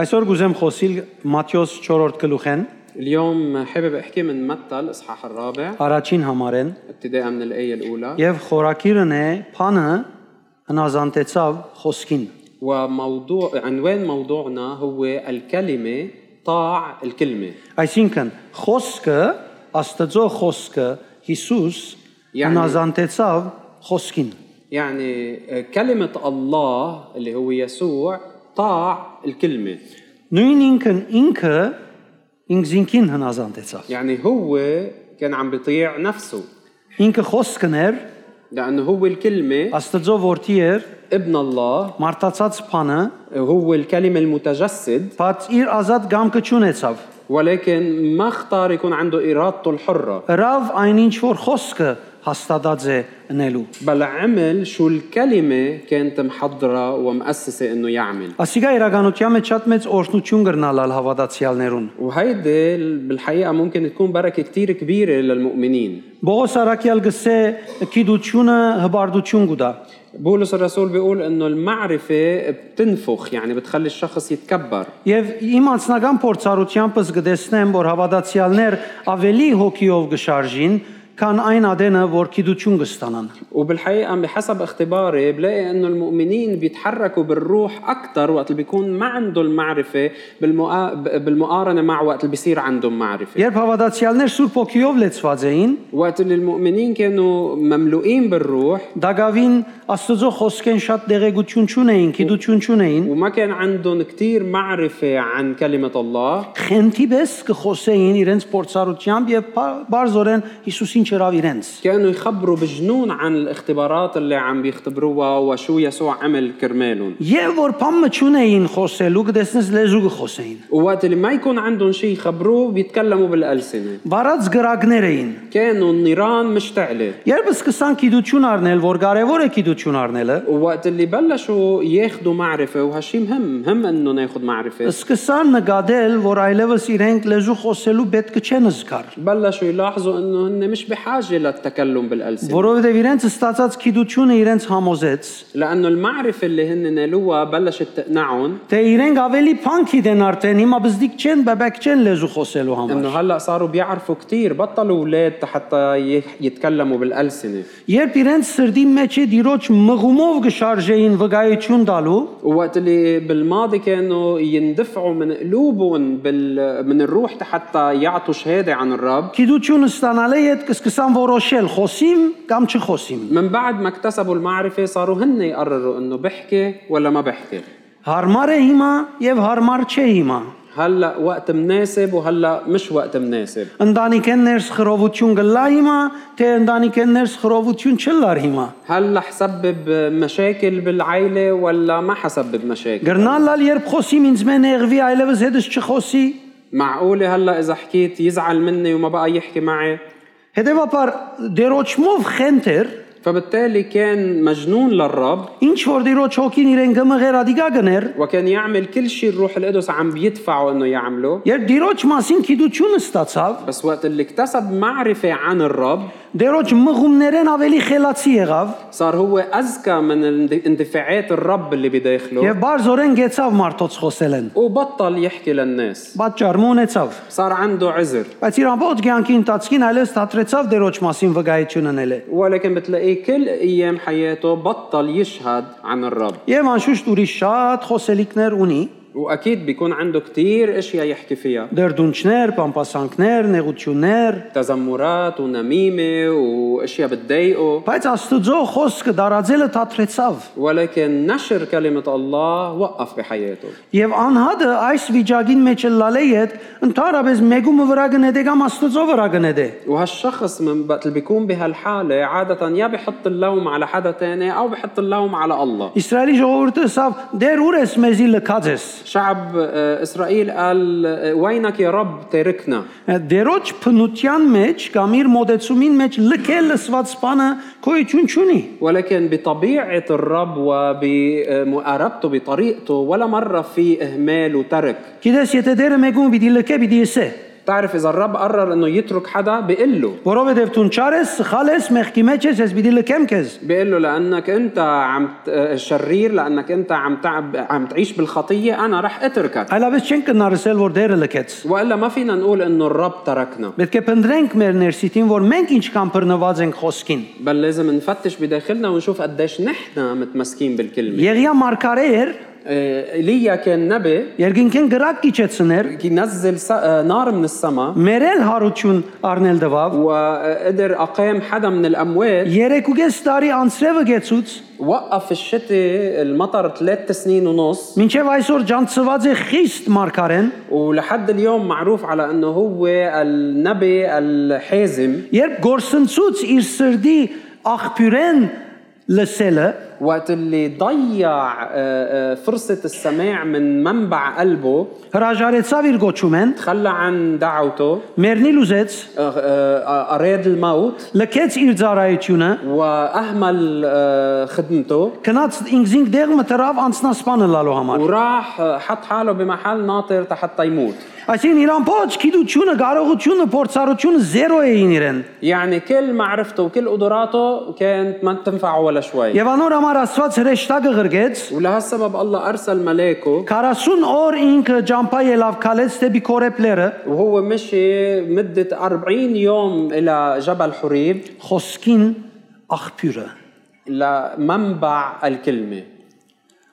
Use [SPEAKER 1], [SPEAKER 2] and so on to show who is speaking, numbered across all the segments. [SPEAKER 1] Այսօր գուզեմ խոսիլ Մատթեոս 4-րդ գլուխեն,
[SPEAKER 2] اليوم حابب احكي من متى الاصحاح الرابع
[SPEAKER 1] առաջին համարեն,
[SPEAKER 2] ابتداء من الايه الاولى
[SPEAKER 1] եւ խորակիրն է Փանը հնազանդեցավ խոսքին։
[SPEAKER 2] وموضوع عنوان موضوعنا هو الكلمه طاع الكلمه
[SPEAKER 1] Այսինքն, խոսքը, Աստծո խոսքը, Հիսուս
[SPEAKER 2] Յանի-
[SPEAKER 1] հնազանդեցավ խոսքին։
[SPEAKER 2] يعني آه، كلمه الله اللي هو يسوع طاع الكلمه
[SPEAKER 1] Նույն ինքն ինքը ինքզինքին հնազանդեցավ։
[SPEAKER 2] يعني هو كان عم بيطيع نفسه
[SPEAKER 1] Ինքը խոսքն էր,
[SPEAKER 2] لانه هو الكلمه
[SPEAKER 1] Աստծո որդի էր,
[SPEAKER 2] ابن الله
[SPEAKER 1] մարտածած Փանը,
[SPEAKER 2] هو الكلمه المتجسد
[SPEAKER 1] բայց իր ազատ գամքը ճանեցավ։
[SPEAKER 2] ولكن ما اختار يكون عنده ارادته الحره
[SPEAKER 1] Հրավ այնինչ որ խոսքը հաստատած է ընելու։
[SPEAKER 2] بل عمل شو الكلمة كانت محضرة ومؤسسة إنه يعمل
[SPEAKER 1] Ասիկա իրականության մեջ շատ մեծ օրհնություն կրնալալ հավատացյալներուն։
[SPEAKER 2] وهيدي بالحقيقة ممكن تكون بركة كتير كبيرة للمؤمنين
[SPEAKER 1] Բողոս Արաքյալ գսե քիդությունը հբարդություն գուտա։
[SPEAKER 2] بولس الرسول بيقول إنه المعرفة بتنفخ يعني بتخلي الشخص يتكبر
[SPEAKER 1] Եվ իմ անձնական փորձառությամբ զգտեսնեմ, որ հավատացյալներ ավելի հոգիով գշարժին, քան այն ադենը, որ քիդություն կստանան։
[SPEAKER 2] وبالحقيقة بحسب اختباري بلاقي إنه المؤمنين بيتحركوا بالروح أكتر وقت اللي بيكون ما عنده المعرفة بالمقا... بالمقارنة مع وقت اللي بيصير عندهم معرفة
[SPEAKER 1] Երբ հավատացյալներ Սուրբ ոգիով լեցված էին,
[SPEAKER 2] وقت اللي المؤمنين كانوا مملوئين بالروح
[SPEAKER 1] Դագավին Աստծո խոսքեն շատ դեղեցություն չունեին, քիդություն չունեին։
[SPEAKER 2] وما كان عندهم كتير معرفة عن كلمة الله
[SPEAKER 1] Խենթիպես կխոսեին իրենց փորձառությամբ եւ բա- բարձորեն Հիսուսին չրավ իրենց։
[SPEAKER 2] كانوا يخبروا بجنون عن الاختبارات اللي عم بيختبروها وشو يسوع عمل كرمالهم
[SPEAKER 1] Եվ որ փամը չունեին խոսելու, կտեսնես լեզու կխոսեին։
[SPEAKER 2] ووقت اللي ما يكون عندهم شيء يخبروه بيتكلموا بالألسنة
[SPEAKER 1] Վարած գրակներ էին։
[SPEAKER 2] كانوا النيران مشتعلة
[SPEAKER 1] Երբ սկսան գիտություն առնել, որ կարևոր է գիտություն առնելը,
[SPEAKER 2] ووقت اللي بلشوا ياخدوا معرفة وهالشي مهم مهم انه ناخد معرفة
[SPEAKER 1] սկսան նկատել, որ այլևս իրենք լեզու խոսելու պետք չեն զգար,
[SPEAKER 2] بلشوا يلاحظوا انه هن مش بحاجة للتكلم بالألسنة
[SPEAKER 1] որովհետև իրենց ստացած գիտությունը իրենց համոզեց,
[SPEAKER 2] لأنه المعرفة اللي هن نالوها بلشت تقنعهم
[SPEAKER 1] թե իրենք ավելի փանկ դեն արդեն հիմա բզդիկ չեն, բաբակ չեն լեզու խոսելու համար։
[SPEAKER 2] انه هلا صاروا بيعرفوا كتير بطلوا اولاد حتى يح- يتكلموا بالالسنه
[SPEAKER 1] Երբ իրենց սրդի մեջ է դիրոջ մղումով գշարժեին վկայություն տալու,
[SPEAKER 2] وقت اللي بالماضي كانوا يندفعوا من قلوبهم بال... من الروح حتى يعطوا شهاده عن الرب
[SPEAKER 1] գիտությունը ստանալը հետ կսկսան որոշել խոսիմ կամ չխոսիմ։
[SPEAKER 2] من بعد ما اكتسبوا المعرفه صاروا هن يقرروا انه بحكي ولا ما بحكي
[SPEAKER 1] Հարմար է հիմա եւ հարմար չէ հիմա։
[SPEAKER 2] هلا وقت مناسب وهلا مش وقت مناسب
[SPEAKER 1] Ընտանիքեն ներս խրովություն գլա հիմա, թե ընտանիքեն ներս խրովություն չլար հիմա։
[SPEAKER 2] هل رح سبب مشاكل بالعيله ولا ما حسبب مشاكل
[SPEAKER 1] Գրնալալ երբ խոսիմ ինձ մեն եղվի, այլևս հետս չխոսի։
[SPEAKER 2] معقوله هلا اذا حكيت يزعل مني وما بقى يحكي معي
[SPEAKER 1] Հետևաբար դերոճմով խենթեր,
[SPEAKER 2] فبالتالي كان مجنون للرب
[SPEAKER 1] ինչ որ դերոճ հոգին իրեն գմղեր ադիգա գներ,
[SPEAKER 2] وكان يعمل كل شيء الروح القدس عم بيدفعه انه يعمله
[SPEAKER 1] երբ դերոճ մասին գիտությունը ստացավ,
[SPEAKER 2] بس وقت اللي اكتسب معرفة عن الرب
[SPEAKER 1] Դերոջ մղումներեն ավելի խելացի եղավ
[SPEAKER 2] صار هو أذكى من الاند- اندفاعات الرب اللي بداخله
[SPEAKER 1] եւ բարձորեն գեցավ մարդոց խոսելեն։
[SPEAKER 2] وبطل يحكي للناس
[SPEAKER 1] Պատճառ մունեցավ,
[SPEAKER 2] صار عنده عذر
[SPEAKER 1] բայց իր ամբողջ կյանքի ընթացքին այլևս դատրեցավ դերոջ մասին վկայություն անել։
[SPEAKER 2] ولكن بتلاقيه كل أيام حياته بطل يشهد عن الرب
[SPEAKER 1] Եվ անշուշտ ուրիշ շատ խոսելիքներ ունի՝
[SPEAKER 2] وأكيد بيكون عنده كتير أشياء يحكي فيها
[SPEAKER 1] դերդունչներ, պամպասանքներ, նեղություններ,
[SPEAKER 2] تذمرات ونميمة وأشياء بتضايقه
[SPEAKER 1] բայց Աստուծո խոսքը դարաձելը դատրեցավ։
[SPEAKER 2] ولكن نشر كلمة الله وقف بحياته
[SPEAKER 1] Եվ անհատը այս վիճակին մեջ լալե հետ ընդհանրապես մեգումը վրա գնեդե կամ Աստուծո վրա դե։ գնեդե։
[SPEAKER 2] وهالشخص من وقت اللي بيكون بهالحالة عادة يا بحط اللوم على حدا تاني أو بحط اللوم على الله
[SPEAKER 1] Իսրայելի ժողովուրդը ասավ՝ «Դեր ուր ես մեզի լքած ես»։
[SPEAKER 2] شعب آه، إسرائيل قال آه، وينك يا رب تاركنا
[SPEAKER 1] Դերոջ փնության մեջ կամ իր մոդեցումին մեջ լքել լսված բանը քոյություն չունի։
[SPEAKER 2] ولكن بطبيعة الرب وبمقاربته بطريقته ولا مرة في إهمال وترك
[SPEAKER 1] Գիտես, եթե դերը մեկում պիտի լքե, պիտի էսե։
[SPEAKER 2] بتعرف اذا الرب قرر انه يترك حدا بيقول له
[SPEAKER 1] Որովհետև դու չար ես, սխալ ես, մեղքի մեջ ես, ես պիտի լքեմ քեզ։
[SPEAKER 2] بيقول له لانك انت عم ت- آه، شرير لانك انت عم تعب عم تعيش بالخطيه انا رح اتركك
[SPEAKER 1] Այլապես չենք կնարսել, որ դերը լքեց։
[SPEAKER 2] والا ما فينا نقول انه الرب تركنا
[SPEAKER 1] Պետք է փնտրենք մեր ներսիտին, որ մենք ինչքան բռնված ենք խոսքին։
[SPEAKER 2] بل لازم نفتش بداخلنا ونشوف قديش نحن متمسكين بالكلمه
[SPEAKER 1] Եղիա մարգարե էր,
[SPEAKER 2] آه، ايليا كان نبي
[SPEAKER 1] երկինքեն գրակ կիչեցներ,
[SPEAKER 2] ينزل س- آه، نار من السماء
[SPEAKER 1] մերել հարություն առնել դվավ։
[SPEAKER 2] وقدر اقام حدا من الاموات
[SPEAKER 1] 3.5 տարի անցրևը գեցուց,
[SPEAKER 2] وقف الشتاء المطر ثلاث سنين ونص
[SPEAKER 1] մինչև այսօր ջանցված է խիստ մարգարեն,
[SPEAKER 2] ولحد اليوم معروف على انه هو النبي الحازم
[SPEAKER 1] երբ գործընծուց իր սրդի աղբյուրեն լսելը,
[SPEAKER 2] وقت اللي ضيع آه، آه، فرصة السماع من منبع قلبه
[SPEAKER 1] հրաժարեցավ իր գոչումեն,
[SPEAKER 2] تخلى عن دعوته
[SPEAKER 1] մեռնիլ ուզեց,
[SPEAKER 2] آه، آه، أراد الموت
[SPEAKER 1] լքեց իր ծառայությունը,
[SPEAKER 2] وأهمل آه، خدمته
[SPEAKER 1] քնած ինքզինք դեղ մտրավ անցնասպանը լալու համար։
[SPEAKER 2] وراح آه، حط حاله بمحل ناطر حتى يموت
[SPEAKER 1] Այսինքն իրան ոչ գիտությունը, կարողությունը, փորձառությունը 0 էին իրեն։
[SPEAKER 2] يعني كل معرفته وكل قدراته كانت ما تنفعه ولا شوي
[SPEAKER 1] Եվ անոր համար Աստված հրեշտակը գրգեց,
[SPEAKER 2] ولهالسبب الله أرسل ملاكه
[SPEAKER 1] 40 օր ինքը ջամփա ելավ քալեց դեպի Կորեպլերը,
[SPEAKER 2] وهو مشي مدة 40 يوم إلى جبل حريب
[SPEAKER 1] խոսքին աղբյուրը։
[SPEAKER 2] لمنبع الكلمة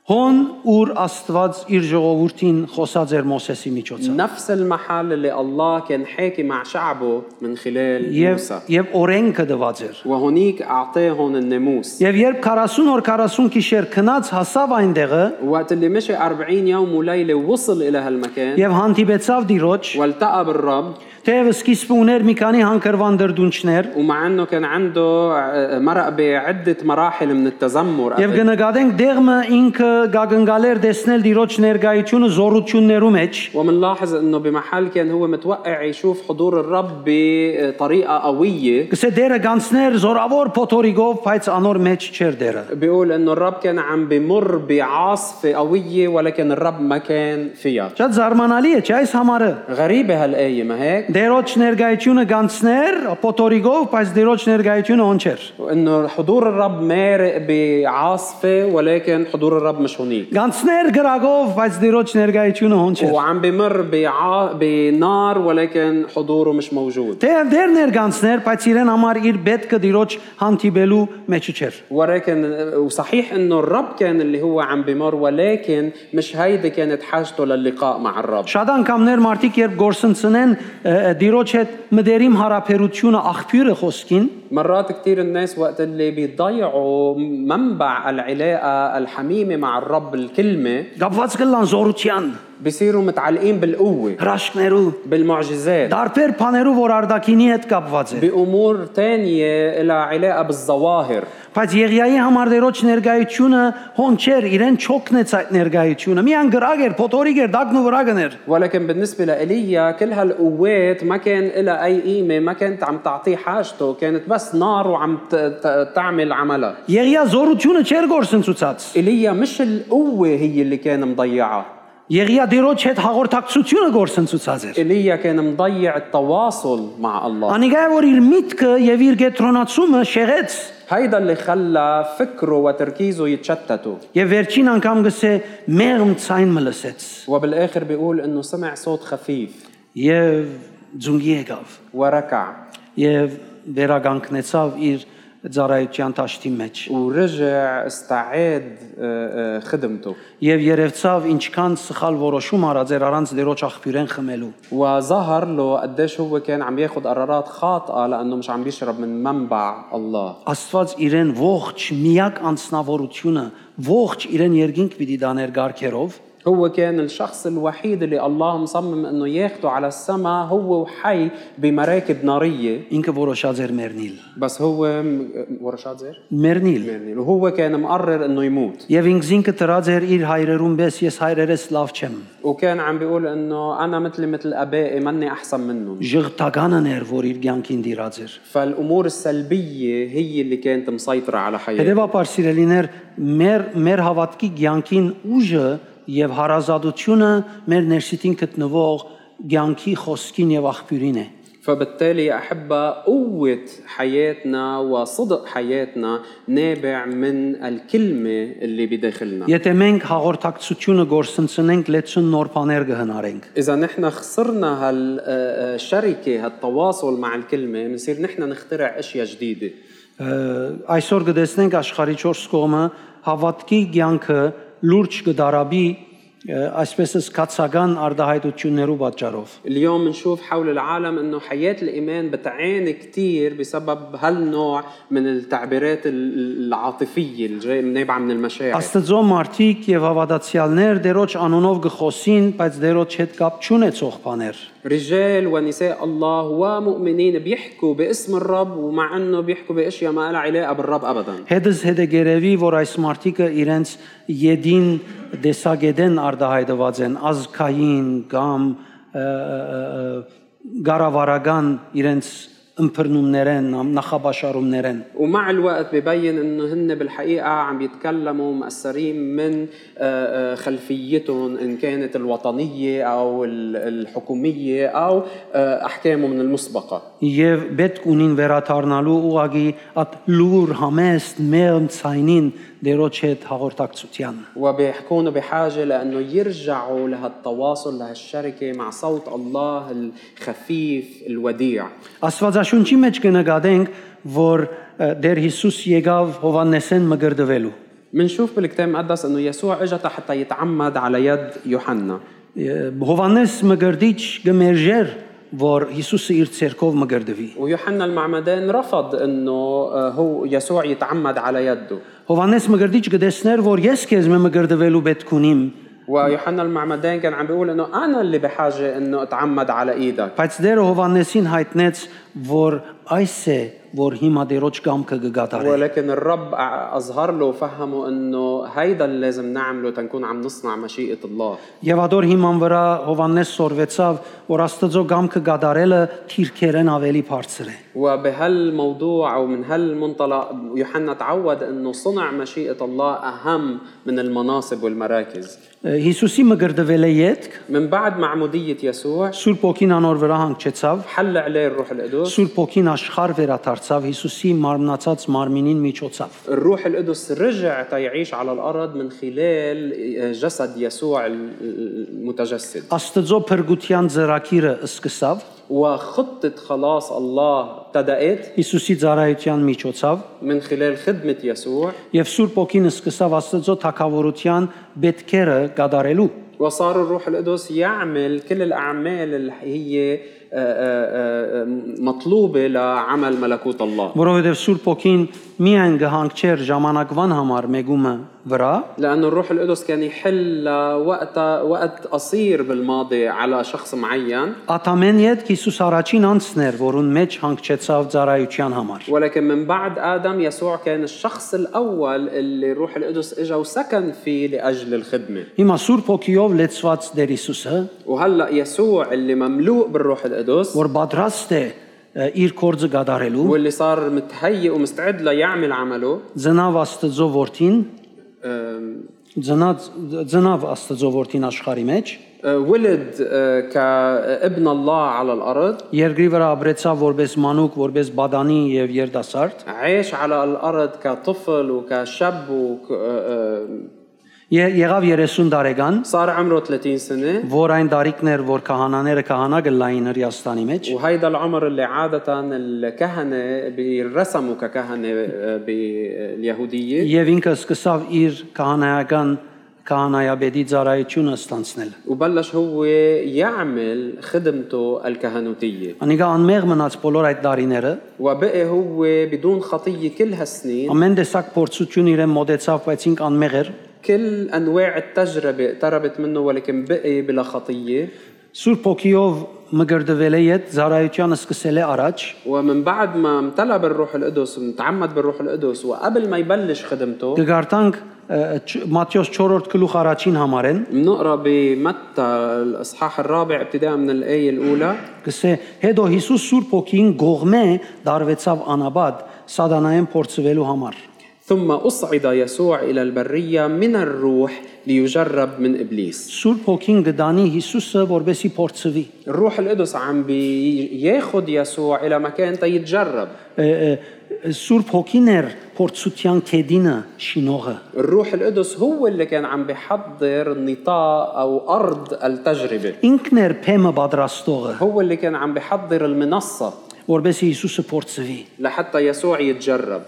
[SPEAKER 1] Հոն ուր Աստված իր ժողովրդին խոսած էր Մոսեսի միջոցով։
[SPEAKER 2] نفس المحل اللي الله كان حاكي مع شعبه من خلال
[SPEAKER 1] Եվ
[SPEAKER 2] موسى
[SPEAKER 1] եւ օրենքը دված էր։
[SPEAKER 2] وهونيك أعطاهم الناموس
[SPEAKER 1] Եվ երբ 40 օր 40 գիշեր քնած հասավ այնտեղը
[SPEAKER 2] وقت اللي مشي 40 يوم وليلة وصل إلى هالمكان
[SPEAKER 1] եւ հանդիպեցավ Տիրոջ,
[SPEAKER 2] والتقى بالرب
[SPEAKER 1] թեև սկիզբում ուներ մի քանի հանգրվան դրդունչներ,
[SPEAKER 2] ومع انه كان عنده ع- مرق بعده مراحل من التذمر
[SPEAKER 1] Եվ
[SPEAKER 2] قبل.
[SPEAKER 1] գնկադենք դեղը ինքը գագնգալեր տեսնել դիրոջ ներկայությունը զորություններու մեջ։
[SPEAKER 2] ومنلاحظ انه بمحل كان هو متوقع يشوف حضور الرب بطريقه قويه
[SPEAKER 1] Գսե դերը գանցներ զորավոր փոթորիկով, բայց անոր մեջ չեր դերը։
[SPEAKER 2] بيقول انه الرب كان عم بمر بعاصفه قويه ولكن الرب ما كان فيها
[SPEAKER 1] Շատ զարմանալի է, չէ՞ այս համարը։
[SPEAKER 2] غريبه هالايه ما هيك
[SPEAKER 1] Դերոջ ներկայությունը գանցներ փոթորիկով, բայց դերոջ ներկայությունը ոն չէր։
[SPEAKER 2] انه حضور الرب مارق بعاصفه ولكن حضور الرب مش هونيك
[SPEAKER 1] Գանցներ գրագով, բայց դերոջ ներկայությունը ոն չէր։
[SPEAKER 2] وعم بمر بعا... بنار ولكن حضوره مش موجود
[SPEAKER 1] Թեև դեր ներգանցներ, բայց իրեն համար իր բետքը դերոջ հանդիպելու մեջ չէր։
[SPEAKER 2] ولكن وصحيح انه الرب كان اللي هو عم بمر ولكن مش هيدي كانت حاجته للقاء مع الرب
[SPEAKER 1] Շատ անգամներ մարդիկ երբ գործընծնեն դիրոջ հետ մդերիմ հարաբերությունը աղբյուրը խոսքին,
[SPEAKER 2] مرات كثير الناس وقت اللي بيضيعوا منبع العلاقه الحميمه مع الرب الكلمه
[SPEAKER 1] Գապված կլան զորության,
[SPEAKER 2] بصيروا متعلقين بالقوه
[SPEAKER 1] հրաշքներու,
[SPEAKER 2] بالمعجزات
[SPEAKER 1] դարբեր բաներու, որ արդակինի հետ կապված է։
[SPEAKER 2] بامور تانية لها علاقه بالظواهر
[SPEAKER 1] Բայց Եղիայի համար դերոջ ներգայությունը հոնչեր, իրեն չոքնեց այդ ներգայությունը։ Միան գրագ էր, փոթորիկ էր, դակն ու վրագն էր։
[SPEAKER 2] ولكن بالنسبة لإيليا كل هالقوات ما كان لها أي قيمة ما كانت عم تعطيه حاجته كانت بس نار وعم ت- ت- تعمل عملها
[SPEAKER 1] Եղիա զորությունը չեր գործընծուցած։
[SPEAKER 2] ايليا مش القوة هي اللي كان مضيعها
[SPEAKER 1] Եղիա դերոջ հետ հաղորդակցությունը գործընծուցած էր։
[SPEAKER 2] ايليا كان مضيع التواصل مع الله
[SPEAKER 1] Անիգայ որ իր միտքը եւ իր գետրոնացումը շեղեց
[SPEAKER 2] هيدا اللي خلى فكره وتركيزه يتشتتوا
[SPEAKER 1] եւ վերջին անգամ գսե մեղմ ցայն մլսեց
[SPEAKER 2] وبالآخر بيقول إنه سمع صوت خفيف
[SPEAKER 1] եւ ձունգի եկավ
[SPEAKER 2] وركع
[SPEAKER 1] եւ վերագանքնեցավ իր ծառայության ճաշտի մեջ
[SPEAKER 2] ورجع استعاد آه، آه، خدمته
[SPEAKER 1] եւ երևցավ ինչքան սխալ որոշում արած էր առանց դերոջ աղբյուրեն խմելու
[SPEAKER 2] وظهر له قديش هو كان عم ياخد قرارات خاطئه لانه مش عم بيشرب من منبع الله
[SPEAKER 1] Աստված իրեն ողջ միակ անznավորությունը ողջ իրեն երկինք պիտի դաներ գարքերով
[SPEAKER 2] هو كان الشخص الوحيد اللي الله مصمم انه ياخده على السماء هو وحي بمراكب ناريه
[SPEAKER 1] ինքը որոշած էր մեռնիլ
[SPEAKER 2] بس هو م- ورشات زير
[SPEAKER 1] մեռնիլ
[SPEAKER 2] يعني وهو كان مقرر انه يموت
[SPEAKER 1] եւ ինքս ինքը դրած էր իր հայրերուն պես ես հայրերես լավ չեմ
[SPEAKER 2] وكان عم بيقول انه انا مثلي مثل ابائي مني احسن منهم
[SPEAKER 1] ժղթականն էր որ իր ցանկին դիրած էր
[SPEAKER 2] فالامور السلبيه هي اللي كانت مسيطره على حياته
[SPEAKER 1] Հետևաբար սիրելիներ, մեր մեր հավատքի ցանկին ուժը եւ հարազատությունը մեր ներսիտին գտնվող ցանկի խոսքին եւ աղբյուրին է։
[SPEAKER 2] فبالتالي يا أحبة قوة حياتنا وصدق حياتنا نابع من الكلمة اللي بداخلنا
[SPEAKER 1] Եթե մենք հաղորդակցությունը գործընծնենք, լեցուն նոր բաներ կհնարենք։
[SPEAKER 2] إذا نحن خسرنا هالشركة هالتواصل مع الكلمة بنصير نحن نخترع أشياء جديدة
[SPEAKER 1] Ա, Այսօր կտեսնենք աշխարհի 4 կողմը հավատքի ցանկը լուրջ կդարաբի ա, այսպես սկացական արդահայտություններով պատճառով։
[SPEAKER 2] اليوم نشوف حول العالم انه حياة الايمان بتعاني كثير بسبب هالنوع من التعبيرات ال- العاطفية الجاي نابعة من المشاعر
[SPEAKER 1] Աստծո մարդիկ եւ հավատացյալներ դերոջ անոնով գխոսին, բայց դերոջ հետ կապ չունեցող բաներ։
[SPEAKER 2] رجال ونساء الله ومؤمنين بيحكوا باسم الرب ومع انه بيحكوا باشياء ما لها علاقه بالرب ابدا
[SPEAKER 1] Հետս հետ է գերեւի, որ այս մարդիկը իրենց յեդին դեսագեդեն արդահայտված են ազգային կամ ա, ա, ա, գարավարական իրենց ըմբռնումներեն, կամ նախաբաշարումներեն։
[SPEAKER 2] ومع الوقت ببين انه هن بالحقيقه عم بيتكلموا مأثرين من آه، آه، خلفيتهم ان كانت الوطنيه او ال- الحكوميه او آه، احكامهم من المسبقه
[SPEAKER 1] Եվ պետք ունին վերաթարնալու ուղագի այդ լուր համեստ մեղմ ցայնին դերոջ հետ հաղորդակցության։
[SPEAKER 2] وبيكونوا بحاجه لانه يرجعوا لهالتواصل لهالشركه مع صوت الله الخفيف الوديع
[SPEAKER 1] Աստվածաշունչի մեջ կնկատենք, որ ը, դեր Հիսուս եկավ Հովաննեսեն մգրդվելու։
[SPEAKER 2] منشوف بالكتاب المقدس انه يسوع اجت حتى يتعمد على يد يوحنا
[SPEAKER 1] Ե- Հովաննես մգրդիչ գմերժեր, որ Հիսուսը իր ցերկով մգրդվի։
[SPEAKER 2] ويوحنا المعمدان رفض انه آه، هو يسوع يتعمد على يده
[SPEAKER 1] Հովաննես մգրդիչ գտեսներ, որ ես քեզ մե մգրդվելու պետք ունիմ,
[SPEAKER 2] ويوحنا المعمدان كان عم بيقول انه انا اللي بحاجه انه اتعمد على ايدك
[SPEAKER 1] բայց դեր Հովաննեսին հայտնեց, որ այս է, որ հիմա դերոջ կամքը կգատարի։
[SPEAKER 2] ولكن الرب أع- اظهر له وفهمه انه هيدا اللي لازم نعمله تنكون عم نصنع مشيئه الله
[SPEAKER 1] Եվ ադոր հիման վրա Հովաննես սորվեցավ, որ Աստծո կամքը գդարելը թիրքերեն ավելի բարձր է։
[SPEAKER 2] وبهالموضوع او من هالمنطلق يوحنا تعود انه صنع مشيئه الله اهم من المناصب والمراكز
[SPEAKER 1] Ը, Հիսուսի մգրդվել է յետք,
[SPEAKER 2] من بعد معموديه يسوع
[SPEAKER 1] Սուրբ ոգին անոր վրա հանգեցավ,
[SPEAKER 2] حل عليه الروح القدس
[SPEAKER 1] Սուրբ ոգին աշխարհ վերադարձավ Հիսուսի մարմնացած մարմինին միջոցով։
[SPEAKER 2] الروح القدس رجع تيعيش على الارض من خلال آه، جسد يسوع المتجسد
[SPEAKER 1] Աստծո փրկության ծրագիրը սկսավ
[SPEAKER 2] وخطه خلاص الله ابتدات
[SPEAKER 1] Հիսուսի ծառայության միջոցով
[SPEAKER 2] من خلال خدمه يسوع
[SPEAKER 1] եւ Սուրբ ոգին սկսավ Աստծո թակավորության բետքերը գդարելու։
[SPEAKER 2] وصار الروح القدس يعمل كل الاعمال اللي هي آه، آه، آه، مطلوبه لعمل ملكوت الله
[SPEAKER 1] Որովհետեւ Սուրբ ոգին միայն գահանքչեր ժամանակվան համար մեգումը վրա,
[SPEAKER 2] لأن الروح القدس كان يحل وقت وقت قصير بالماضي على شخص معين
[SPEAKER 1] աթամեն յետ Հիսուս առաջին անցներ, որուն մեջ հանգեցավ ծառայության համար։
[SPEAKER 2] ولكن من بعد آدم يسوع كان الشخص الأول اللي روح القدس إجا وسكن فيه لأجل الخدمة
[SPEAKER 1] Հիմա Սուրբ ոգիով լեցված դեր Հիսուսը
[SPEAKER 2] وهلأ يسوع اللي مملوء بالروح القدس
[SPEAKER 1] որ պատրաստ է ը, իր կորձը գադարելու
[SPEAKER 2] واللي صار متهيئ ومستعد ليعمل عمله
[SPEAKER 1] ծնավ աստծո որդին
[SPEAKER 2] آم،
[SPEAKER 1] ծնած ծնավ աստծո որդին աշխարի մեջ
[SPEAKER 2] آه، ولد آه، كابن الله على الأرض
[SPEAKER 1] երկրի վրա ապրեցավ որպես մանուկ որպես բադանի եւ երդասարդ
[SPEAKER 2] عاش على الأرض كطفل وكشاب وك... آه، آه،
[SPEAKER 1] ե- եղավ 30 տարեկան
[SPEAKER 2] صار عمره 30 سنة
[SPEAKER 1] որ այն տարիքն էր որ քահանաները քահանա գլային հրյաստանի մեջ
[SPEAKER 2] وهيدا العمر اللي عادة الكهنة بيرسموا ككهنة آه، باليهودية
[SPEAKER 1] եւ ինքը սկսավ իր քահանայական քահանայաբեդի ծառայությունը ստանցնել
[SPEAKER 2] وبلش هو يعمل خدمته الكهنوتية
[SPEAKER 1] անիկա անմեղ մնաց բոլոր այդ տարիները
[SPEAKER 2] وبقي هو بدون خطية كل هالسنين
[SPEAKER 1] ամեն տեսակ փորձություն իրեն մոտեցավ բայց ինքը անմեղ էր
[SPEAKER 2] كل أنواع التجربة اقتربت منه ولكن بقي بلا خطية
[SPEAKER 1] Սուրբ ոգիով մգրդվել է իդ զարայությանը սկսել է առաջ
[SPEAKER 2] ومن بعد ما امتلأ بالروح القدس ومتعمد بالروح القدس وقبل ما يبلش خدمته
[SPEAKER 1] գգարտանք ը, Չ- մատթեոս 4-րդ գլուխ առաջին համարեն
[SPEAKER 2] بنقرا بمتى الاصحاح الرابع ابتداء من الايه الاولى
[SPEAKER 1] գսե հետո Հիսուս Սուրբ ոգին գողմե դարվեցավ անաբադ սատանային փորձվելու համար
[SPEAKER 2] ثم أصعد يسوع إلى البرية من الروح ليجرب من إبليس
[SPEAKER 1] Սուրբ Հոգին գտանի Հիսուսը որբեսի փորձվի։
[SPEAKER 2] الروح القدس عم بياخد يسوع إلى مكان تيتجرب
[SPEAKER 1] Է, է, Սուրբ Հոգին էր փորձության կեդինը, շինողը։
[SPEAKER 2] الروح القدس هو اللي كان عم بيحضر نطاق أو أرض التجربة
[SPEAKER 1] Ինքն էր փեմը պատրաստողը,
[SPEAKER 2] هو اللي كان عم بيحضر المنصة
[SPEAKER 1] որբեսի Հիսուսը փորձվի։
[SPEAKER 2] لحتى يسوع يتجرب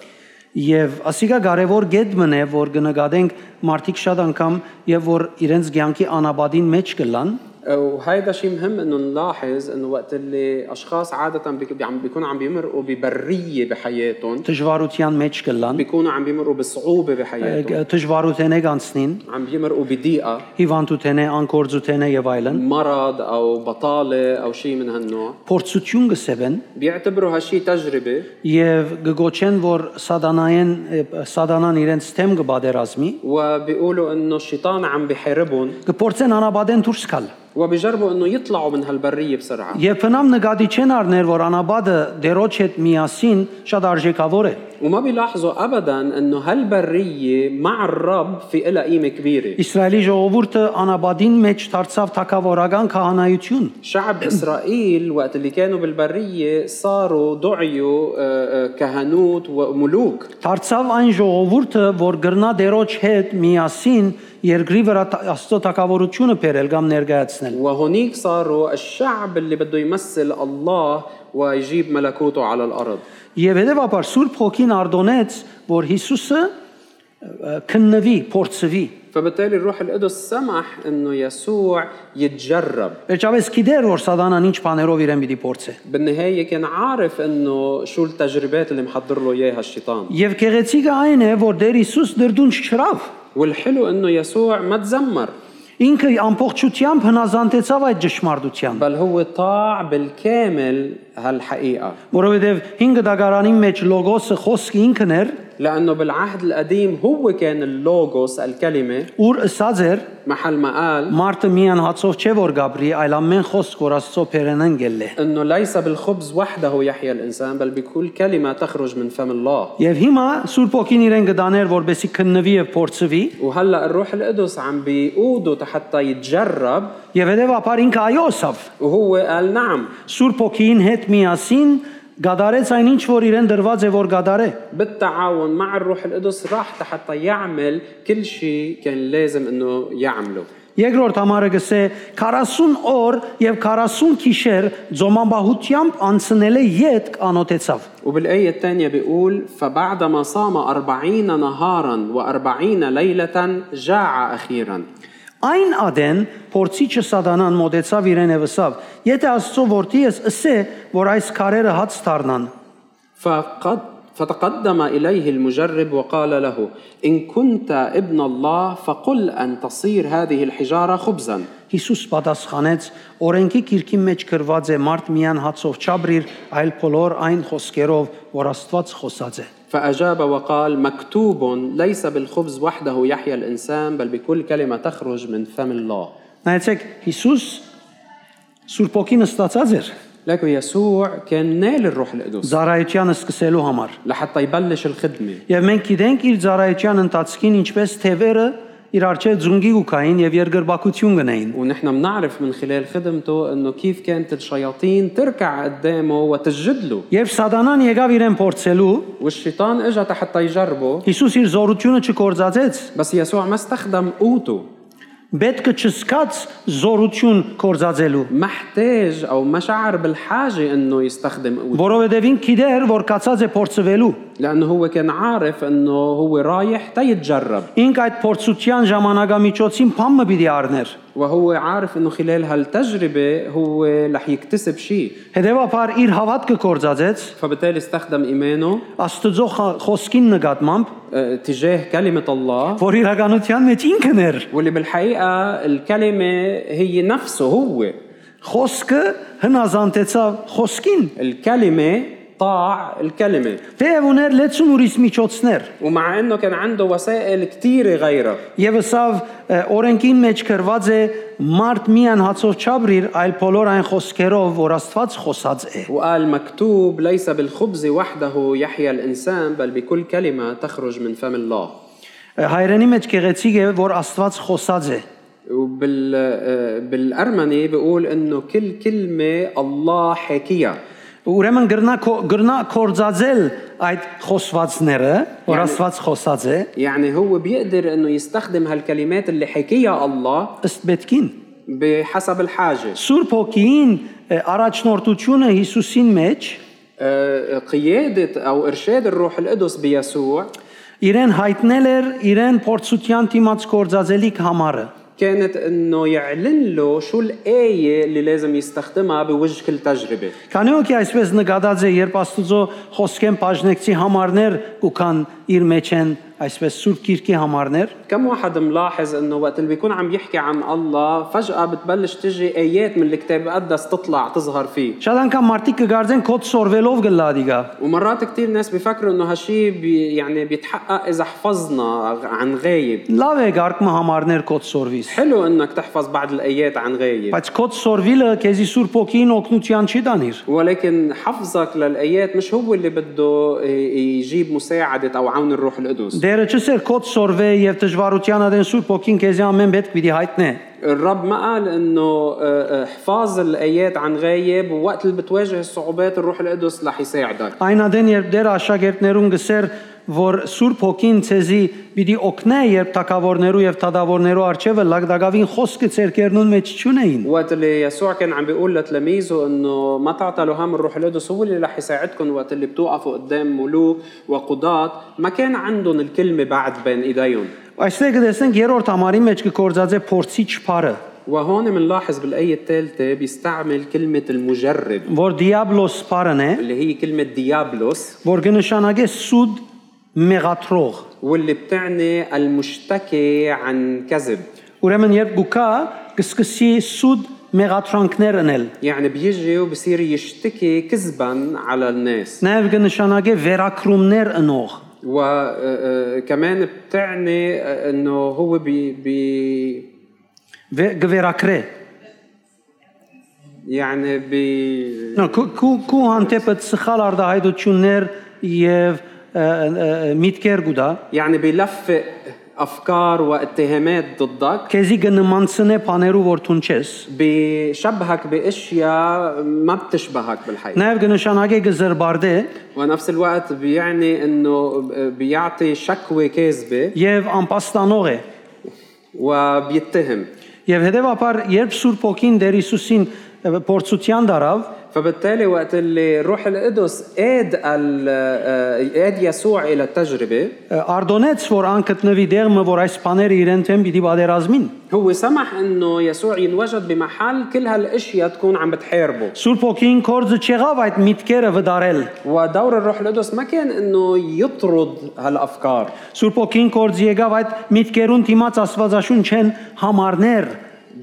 [SPEAKER 1] Եվ ասիկա կարևոր գեդմն է, որ կնկատենք մարդիկ շատ անգամ, եւ որ իրենց ցանկի անաբադին մեջ կլան,
[SPEAKER 2] وهيدا شيء مهم انه نلاحظ انه وقت اللي اشخاص عاده بيك- بي- عم بيكونوا عم بيمرقوا ببريه بحياتهم
[SPEAKER 1] դժվարության մեջ կլան,
[SPEAKER 2] بيكونوا عم بيمرقوا بصعوبه بحياتهم
[SPEAKER 1] դժվարութենե կանցնին,
[SPEAKER 2] عم بيمرقوا بضيقه
[SPEAKER 1] հիվանդութենե, անկորձութենե եւ այլն։
[SPEAKER 2] مرض او بطاله او شيء من هالنوع
[SPEAKER 1] Փորձություն կսեբեն
[SPEAKER 2] بيعتبروا هالشيء تجربه
[SPEAKER 1] եւ գգոչեն, որ սադանային սադանան իրենց թեմ կբادرազմի,
[SPEAKER 2] وبيقولوا انه الشيطان عم بحاربهم
[SPEAKER 1] կփորձեն անաբադեն դուրս գալ։
[SPEAKER 2] وبيجربوا انه يطلعوا من هالبريه بسرعه
[SPEAKER 1] Եվ փնամ նկատի չեն առներ, որ անաբադը դերոջ հետ միասին շատ արժեքավոր է։
[SPEAKER 2] وما بيلاحظوا ابدا انه هالبريه مع الرب في إلها قيمه كبيره
[SPEAKER 1] Իսրայելի ժողովուրդը անաբադին մեջ դարձավ թակավորական քահանայություն։
[SPEAKER 2] شعب اسرائيل وقت اللي كانوا بالبريه صاروا دعيوا آه، آه، كهنوت وملوك
[SPEAKER 1] Դարձավ այն ժողովուրդը, որ գրնա դերոջ հետ միասին երկրի վրա թա- Աստծո թակավորությունը բերել կամ ներկայացնել։
[SPEAKER 2] وهونيك صاروا الشعب اللي بده يمثل الله ويجيب ملكوته على الارض
[SPEAKER 1] Եվ հետևաբար Սուրբ Հոգին արդոնեց, որ Հիսուսը ը, քննվի, փորձվի։
[SPEAKER 2] فبالتالي الروح القدس سمح انه يسوع يتجرب
[SPEAKER 1] Վերջապես գիտեր, որ Սատանան ինչ բաներով իրեն պիտի փորձե։
[SPEAKER 2] بالنهايه كان عارف انه شو التجربات اللي محضر له اياها الشيطان
[SPEAKER 1] Եվ գեղեցիկը այն է, որ Տեր Հիսուս դրդուն չչրավ։
[SPEAKER 2] والحلو انه يسوع ما تذمر
[SPEAKER 1] Ինքը ամբողջությամբ հնազանդեցավ այդ ճշմարտությամբ,
[SPEAKER 2] بل هو طاع بالكامل هالحقيقه
[SPEAKER 1] որովհետև 5 դագարանի մեջ լոգոսը խոսքը ինքն էր,
[SPEAKER 2] لأنه بالعهد القديم هو كان اللوغوس الكلمة
[SPEAKER 1] ուր ըսած էր
[SPEAKER 2] محل ما قال
[SPEAKER 1] Մարտը միան հացով չէ որ գաբրի, այլ ամեն խոսք որ Աստծո Փերենեն գելն է։
[SPEAKER 2] أنه ليس بالخبز وحده يحيى الإنسان بل بكل كلمة تخرج من فم الله
[SPEAKER 1] Եվ հիմա Սուրբ Օքին իրեն գտաներ որբեսի քննվի եւ փորձվի,
[SPEAKER 2] وهلا الروح القدس عم بيقوده حتى يتجرب
[SPEAKER 1] եւ հետեւաբար ինքը այո ասավ։
[SPEAKER 2] وهو قال نعم
[SPEAKER 1] Սուրբ Օքին հետ միասին գադարեց այն ինչ որ իրեն դրված է որ գադարե։
[SPEAKER 2] بالتعاون مع الروح القدس راح حتى يعمل كل شيء كان لازم انه يعمله
[SPEAKER 1] Երկրորդ համարը գսե 40 օր եւ 40 գիշեր ծոմամբահությամբ անցնել է յետք անոթեցավ։
[SPEAKER 2] وبالآية الثانية بيقول فبعدما صام أربعين نهارا وأربعين ليلة جاع أخيراً
[SPEAKER 1] Այն ադեն փորձիչը սատանան մոտեցավ իրեն եւ ասավ. Եթե Աստծո որդի ես ասե, որ այս քարերը հաց դառնան,
[SPEAKER 2] فقد فتقدم إليه المجرب وقال له إن كنت ابن الله فقل أن تصير هذه الحجارة خبزا
[SPEAKER 1] Հիսուս պատասխանեց. Օրենքի քիրքի մեջ գրված է մարդ միան հացով չաբրիր, այլ բոլոր այն խոսքերով, որ Աստված խոսած է։
[SPEAKER 2] فأجاب وقال مكتوب ليس بالخبز وحده يحيى الإنسان بل بكل كلمة تخرج من فم الله
[SPEAKER 1] Նայեցեք, Հիսուս Սուրբ ոգին ստացած էր
[SPEAKER 2] لكن يسوع كان نال الروح القدس
[SPEAKER 1] ծառայությանը սկսելու համար։
[SPEAKER 2] لحتى يبلش الخدمة
[SPEAKER 1] Եվ մենք գիտենք իր ծառայության ընթացքին ինչպես թևերը իր արջեր ձունգի ու կային եւ երկրբակություն գնային։
[SPEAKER 2] ونحن بنعرف من خلال خدمته انه كيف كانت الشياطين تركع قدامه وتسجد له
[SPEAKER 1] Երբ Սատանան եկավ իրեն փորձելու,
[SPEAKER 2] والشيطان اجى حتى يجربه
[SPEAKER 1] Հիսուս իր զորությունը չկործացեց,
[SPEAKER 2] بس يسوع ما استخدم قوته
[SPEAKER 1] պետք է չսկաց զորություն կործացելու,
[SPEAKER 2] محتاج او ما شعر بالحاجه انه يستخدم قوته
[SPEAKER 1] որովհետև ինքն գիտեր, որ կացած է փորձվելու։
[SPEAKER 2] لانه هو كان عارف انه هو رايح تيتجرب
[SPEAKER 1] Ինք այդ փորձության ժամանակամիջոցին փամը պիտի առներ։
[SPEAKER 2] وهو عارف انه خلال هالتجربه هو رح يكتسب شيء
[SPEAKER 1] Հետևաբար իր հավատքը կործացեց
[SPEAKER 2] فبالتالي استخدم ايمانه
[SPEAKER 1] Աստծո խա- խոսքին նկատմամբ,
[SPEAKER 2] آه، تجاه كلمه الله
[SPEAKER 1] որ իրականության մեջ ինքն էր։
[SPEAKER 2] واللي بالحقيقه الكلمه هي نفسه هو
[SPEAKER 1] Խոսքը հնազանդեցավ խոսքին,
[SPEAKER 2] الكلمه طاع الكلمه
[SPEAKER 1] Թեև ուներ լեցուն ուրիշ միջոցներ։
[SPEAKER 2] ومع انه كان عنده وسائل كثيره غيره
[SPEAKER 1] Եվ ասավ օրենքին մեջ գրված է մարդ միան հացով չաբրիր, այլ բոլոր այն խոսքերով, որ Աստված խոսած է։
[SPEAKER 2] وقال مكتوب ليس بالخبز وحده يحيى الانسان بل بكل كلمه تخرج من فم الله
[SPEAKER 1] Հայրենի մեջ գեղեցիկ է, որ Աստված խոսած է։
[SPEAKER 2] وبال آه، بالارمني بيقول انه كل كلمه الله حاكيها
[SPEAKER 1] Ուրեմն գրնա քո- գրնա կորձածել այդ խոսվածները, որ Աստված խոսած է,
[SPEAKER 2] يعني هو بيقدر انه يستخدم هالكلمات اللي حكيها الله
[SPEAKER 1] ըստ պետքին։
[SPEAKER 2] بحسب الحاجه
[SPEAKER 1] Սուրբ Հոգին ը, առաջնորդությունը Հիսուսին մեջ
[SPEAKER 2] آه، قياده او ارشاد الروح القدس بيسوع
[SPEAKER 1] իրեն հայտնել էր իրեն փորձության դիմաց կորձածելիք համարը։
[SPEAKER 2] كانت انه يعلن له شو الايه اللي لازم يستخدمها بوجه كل تجربه
[SPEAKER 1] Քանի ոքի այսպես նկատած է, երբ Աստուծո խոսքեն բաժնեկցի համարներ ու կան իր մեջ են այսպես Սուրբ Գիրքի համարներ,
[SPEAKER 2] كم واحد ملاحظ انه وقت اللي بيكون عم يحكي عن الله فجأة بتبلش تجي ايات من الكتاب المقدس تطلع تظهر فيه
[SPEAKER 1] շատ անգամ մարդիկ կգարձեն կոտ սորվելով գլադիգա։
[SPEAKER 2] ومرات كتير ناس بيفكروا انه هالشي بي يعني بيتحقق اذا حفظنا عن غايب
[SPEAKER 1] Լավ է գարկմը համարներ կոտ սորվից։
[SPEAKER 2] حلو انك تحفظ بعض الايات عن غايب
[SPEAKER 1] Բայց կոտ սորվիլը քեզի Սուրբ Օքին օգնության չի տանիր։
[SPEAKER 2] ولكن حفظك للايات مش هو اللي بده ي- يجيب مساعده او عون الروح القدس
[SPEAKER 1] Դերը չսեր կոտ սորվե եւ դժվարությանը դեն Սուրբ Օքին քեզի ամեն բետ պիտի հայտնե։
[SPEAKER 2] الرب ما قال انه آه، آه، حفاظ الايات عن غايب ووقت اللي بتواجه الصعوبات الروح القدس رح يساعدك
[SPEAKER 1] Այնադեն երբ դեր աշակերտներուն գսեր որ Սուրբ Օքին քեզի պիտի օգնե երբ թակավորներու եւ թադավորներու արչեւը լագդագավին խոսքը ցերկերնուն մեջ չունեին։
[SPEAKER 2] وقت اللي يسوع كان عم بيقول لتلاميذه انه ما تعطلوا هم الروح القدس هو اللي رح يساعدكم وقت اللي بتوقفوا قدام ملوك وقضاة ما كان عندهم الكلمة بعد بين ايديهم
[SPEAKER 1] Այստեղ կտեսնենք երրորդ համարի մեջ կկործածե փորձիչ փարը,
[SPEAKER 2] وهون بنلاحظ بالآية الثالثة بيستعمل كلمة المجرب
[SPEAKER 1] որ դիաբլոս փարն է,
[SPEAKER 2] اللي هي كلمة ديابلوس
[SPEAKER 1] որ կնշանակե սուդ մեղատրող։
[SPEAKER 2] واللي بتعني المشتكي عن كذب
[SPEAKER 1] Ուրեմն երբ գուկա կսկսի սուդ մեղատրանքներ ունել,
[SPEAKER 2] يعني بيجي وبصير يشتكي كذبا على الناس
[SPEAKER 1] նաև կնշանակե վերակրումներ ընող։
[SPEAKER 2] وكمان آه، بتعني آه، انه هو بي, بي
[SPEAKER 1] վե- Գվերակրե։
[SPEAKER 2] يعني بي
[SPEAKER 1] Նա կու- կու- կու հանդեպը սխալ արդահայտություններ եւ ը, ը, միտքեր գուտա։
[SPEAKER 2] يعني بيلفق افكار واتهامات ضدك
[SPEAKER 1] Քեզի կնմանցնե բաներու որ ցուն չես։
[SPEAKER 2] بشبهك باشياء ما بتشبهك بالحقيقه
[SPEAKER 1] Նաև կնշանակե գզրբարդե
[SPEAKER 2] ونفس الوقت بيعني انه بيعطي شكوى كاذبه
[SPEAKER 1] եւ անպաստանող է։
[SPEAKER 2] وبيتهم
[SPEAKER 1] Եվ հետեւաբար երբ Սուրբ Օքին Տեր Հիսուսին ը, փորձության դարավ,
[SPEAKER 2] فبالتالي وقت اللي روح القدس قاد ال- آه، قاد يسوع الى التجربه
[SPEAKER 1] ը, արդոնեց որ անկտնվի դեղը, որ այս բաները իրեն թեմ պիտի բادرազմին։
[SPEAKER 2] هو سمح انه يسوع ينوجد بمحل كل هالاشياء تكون عم بتحاربه
[SPEAKER 1] Սուրբ ոգին կորձը չեղավ այդ միտքերը վդարել։
[SPEAKER 2] ودور الروح القدس ما كان انه يطرد هالافكار
[SPEAKER 1] Սուրբ ոգին կորձ եկավ այդ միտքերուն դիմաց աստվածաշուն չեն համարներ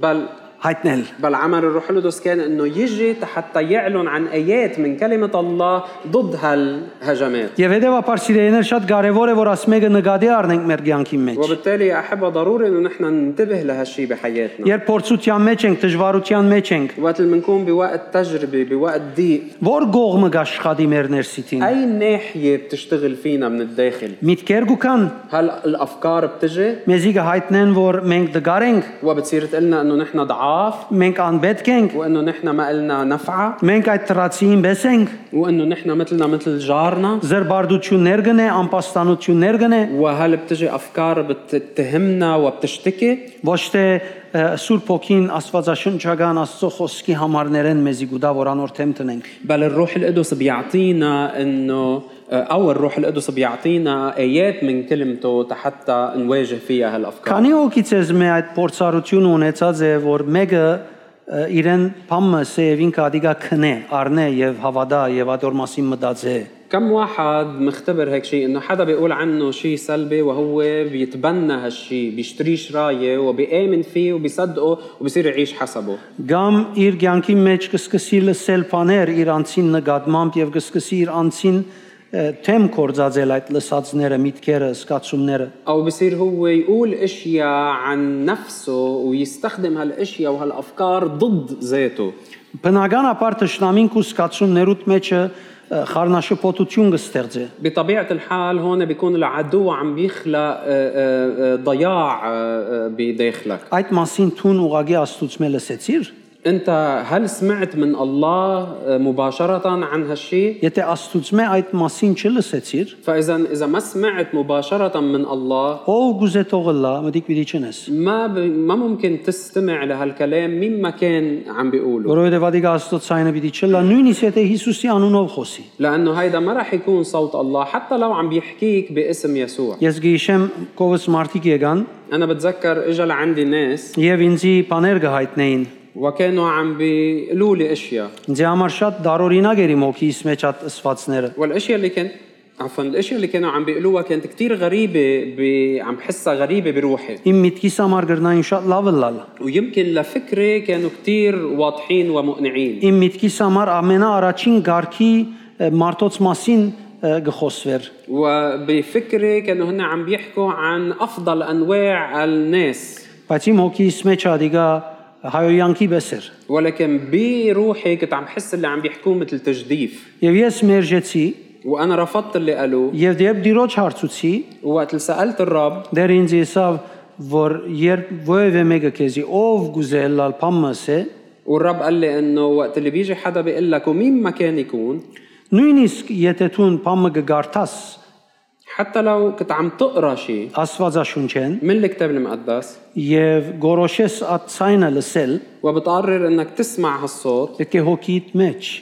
[SPEAKER 2] بل
[SPEAKER 1] հայտնել։
[SPEAKER 2] بل عمل الروح القدس كان انه يجي حتى يعلن عن ايات من كلمه الله ضد هالهجمات
[SPEAKER 1] Եվ հետևաբար սիրելիներ շատ կարևոր է որ ասմեգը նկատի առնենք մեր կյանքի մեջ։
[SPEAKER 2] وبالتالي يا احبه ضروري انه نحن ننتبه لهالشي بحياتنا
[SPEAKER 1] Երբ փորձության մեջ ենք, դժվարության մեջ ենք,
[SPEAKER 2] وقت اللي بنكون بوقت تجربه بوقت ضيق
[SPEAKER 1] որ կողմը գաշխատի մեր ներսիտին։
[SPEAKER 2] اي ناحيه بتشتغل فينا من الداخل
[SPEAKER 1] Միտքեր գուքան
[SPEAKER 2] هل الافكار بتجي
[SPEAKER 1] մեզի կհայտնեն որ մենք դգար ենք,
[SPEAKER 2] وبتصير تقلنا انه نحن ضعاف
[SPEAKER 1] մենք անբետք ենք,
[SPEAKER 2] وانه نحن ما إلنا نفعه
[SPEAKER 1] մենք այդ տրացին բես ենք,
[SPEAKER 2] وانه نحن مثلنا مثل جارنا
[SPEAKER 1] զրբարդություններ գնե, անպաստանություններ գնե,
[SPEAKER 2] وهل بتجي افكار بتتهمنا وبتشتكي
[SPEAKER 1] Ոչ թե ը, Սուրբ Օքին Աստվածաշնչական Աստծո խոսքի համարներ են մեզի գուտա որանորթեմ տնենք։
[SPEAKER 2] بل الروح القدس بيعطينا انه او الروح القدس بيعطينا ايات من كلمته حتى نواجه فيها هالافكار
[SPEAKER 1] Քանի օքից ես մե այդ փորձառությունը ունեցած է, որ մեկը ը, իրեն փամը սեևին կադիգա քնե, առնե եւ հավատա եւ այդ օր մասին մտածե։
[SPEAKER 2] كم واحد مختبر هيك شيء انه حدا بيقول عنه شيء سلبي وهو بيتبنى هالشيء بيشتريش رايه وبيامن فيه وبيصدقه وبصير يعيش حسبه
[SPEAKER 1] Գամ իր ցանկի մեջ կսկսի լսել բաներ իր անձին նկատմամբ եւ կսկսի իր անձին ը, թեմ կորցածել այդ լսածները, միտքերը, զգացումները։
[SPEAKER 2] او بصير هو يقول اشياء عن نفسه ويستخدم هالاشياء وهالافكار ضد ذاته
[SPEAKER 1] Բնականաբար ճշնամին կու զգացումներուտ մեջը ը, խառնաշփոթություն կստեղծի։
[SPEAKER 2] بطبيعة الحال هون بيكون العدو عم بيخلق آه، آه، آه، ضياع آه، آه، بداخلك
[SPEAKER 1] Այդ մասին ցուն ուղագի աստուծո մե լսեցիր։
[SPEAKER 2] انت هل سمعت من الله آه، مباشرة عن هالشيء؟
[SPEAKER 1] Եթե աստուծո մե այդ մասին չլսեցիր,
[SPEAKER 2] فاذا اذا ما سمعت مباشرة من الله
[SPEAKER 1] ով գուզե թողլա, մտիկ պիտի չնես։
[SPEAKER 2] ما ب... ما ممكن تستمع لهالكلام مين ما كان عم بيقوله
[SPEAKER 1] Որովհետև ադիգա աստուծո ցայնը պիտի չլա, նույնիսկ եթե Հիսուսի անունով խոսի։
[SPEAKER 2] لانه هيدا ما راح يكون صوت الله حتى لو عم بيحكيك باسم يسوع
[SPEAKER 1] Ես գիշեմ կովս մարտիկ եկան
[SPEAKER 2] انا بتذكر اجى لعندي ناس
[SPEAKER 1] եւ ինձի բաներ գահիտնեին։
[SPEAKER 2] وكانوا عم بيقولوا لي اشياء
[SPEAKER 1] Ինձի համար շատ դարօրինակ էր իմ հոգիս մեջ այդ սվածները։
[SPEAKER 2] والاشياء اللي كان عفوا الاشياء اللي كانوا عم بيقولوها كانت كتير غريبه ب... عم حسها غريبه بروحي
[SPEAKER 1] Իմ միտքիս համար գրնային շատ լավ լալ։
[SPEAKER 2] ويمكن لفكري كانوا كتير واضحين ومقنعين
[SPEAKER 1] Իմ միտքիս համար ամենաառաջին ղարքի մարտոց մասին ը, գխոսվեր։
[SPEAKER 2] وبفكري كانوا هن عم بيحكوا عن افضل انواع الناس
[SPEAKER 1] Բայց իմ հոգիս մեջ ադիգա հայոյանքի բես էր։
[SPEAKER 2] ولكن بروحي كنت عم حس اللي عم بيحكوه مثل تجديف
[SPEAKER 1] Եվ ես մերժեցի
[SPEAKER 2] وانا رفضت اللي قالوه
[SPEAKER 1] եւ դեպ դիրոջ հարցուցի,
[SPEAKER 2] وقت اللي سالت الرب
[SPEAKER 1] դեր ինձ եսավ, որ երբ ովևէ մեկը քեզի ով գուզելալ փամասե,
[SPEAKER 2] والرب قال لي انه وقت اللي بيجي حدا بيقول لك ومين ما كان يكون
[SPEAKER 1] նույնիսկ եթե ցուն փամը գարտաս
[SPEAKER 2] حتى لو كنت عم تقرا شيء
[SPEAKER 1] աստվածաշունչեն
[SPEAKER 2] من الكتاب المقدس
[SPEAKER 1] եւ գորոշես այդ ցայնը լսել,
[SPEAKER 2] وبتقرر انك تسمع هالصوت
[SPEAKER 1] Պետք է հոգիդ մեջ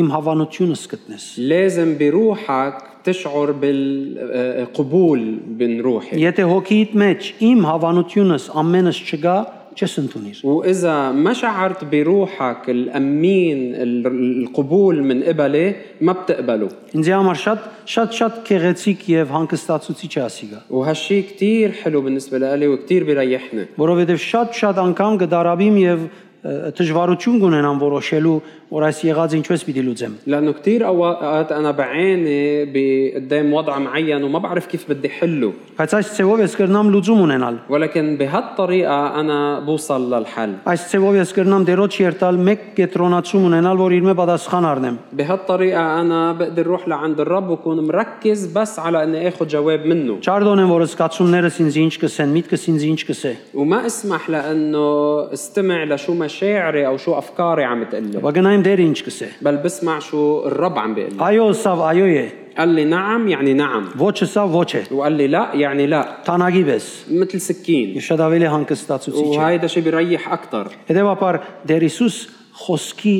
[SPEAKER 1] իմ հավանությունս գտնես։
[SPEAKER 2] لازم بروحك تشعر بالقبول من روحي
[SPEAKER 1] Եթե հոգիդ մեջ իմ հավանությունս ամենս չկա, չես ընդունիր։
[SPEAKER 2] واذا ما شعرت بروحك الامين ال- القبول من قبله ما بتقبله
[SPEAKER 1] Ինձ համար շատ շատ շատ քեղեցիկ եւ հանգստացուցիչ է ասիգա,
[SPEAKER 2] وهالشي كتير حلو بالنسبة لإلي وكتير بيريحني
[SPEAKER 1] որովհետեւ շատ շատ անգամ կդարաբիմ եւ ը, դժվարություն կունենամ որոշելու, որ այս եղած ինչպես պիտի լուծեմ։
[SPEAKER 2] لأنه كتير أوقات أنا بعاني ب- قدام وضع معين وما بعرف كيف بدي حله
[SPEAKER 1] Բայց այս ցեվով ես կրնամ լուծում ունենալ։
[SPEAKER 2] ولكن بهالطريقة أنا بوصل للحل
[SPEAKER 1] Այս ցեվով ես կրնամ դերոջ երթալ մեկ կետրոնացում ունենալ, որ իր մե պատասխան առնեմ։
[SPEAKER 2] بهالطريقة أنا بقدر روح لعند الرب وكون مركز بس على إني آخد جواب منه
[SPEAKER 1] Չարդոնեմ, որ զգացումներս ինձ ինչ կսեն, միտքս ինձ ինչ կսե։
[SPEAKER 2] وما اسمح لانه استمع لشو مشاعري او شو افكاري عم تقلي
[SPEAKER 1] Բագնայեմ դեր ինչ կսե։
[SPEAKER 2] بل بسمع شو الرب عم بيقلي
[SPEAKER 1] Այո, սավ այո է։
[SPEAKER 2] قال لي نعم يعني نعم
[SPEAKER 1] Ոչ սավ ոչ է։
[SPEAKER 2] وقال لي لا يعني لا
[SPEAKER 1] Տանագի վես։
[SPEAKER 2] مثل سكين
[SPEAKER 1] Եվ շատ ավելի հանգստացուցիչ է։
[SPEAKER 2] وهيدا شيء بيريح اكثر
[SPEAKER 1] Հետևաբար դեր Հիսուս խոսքի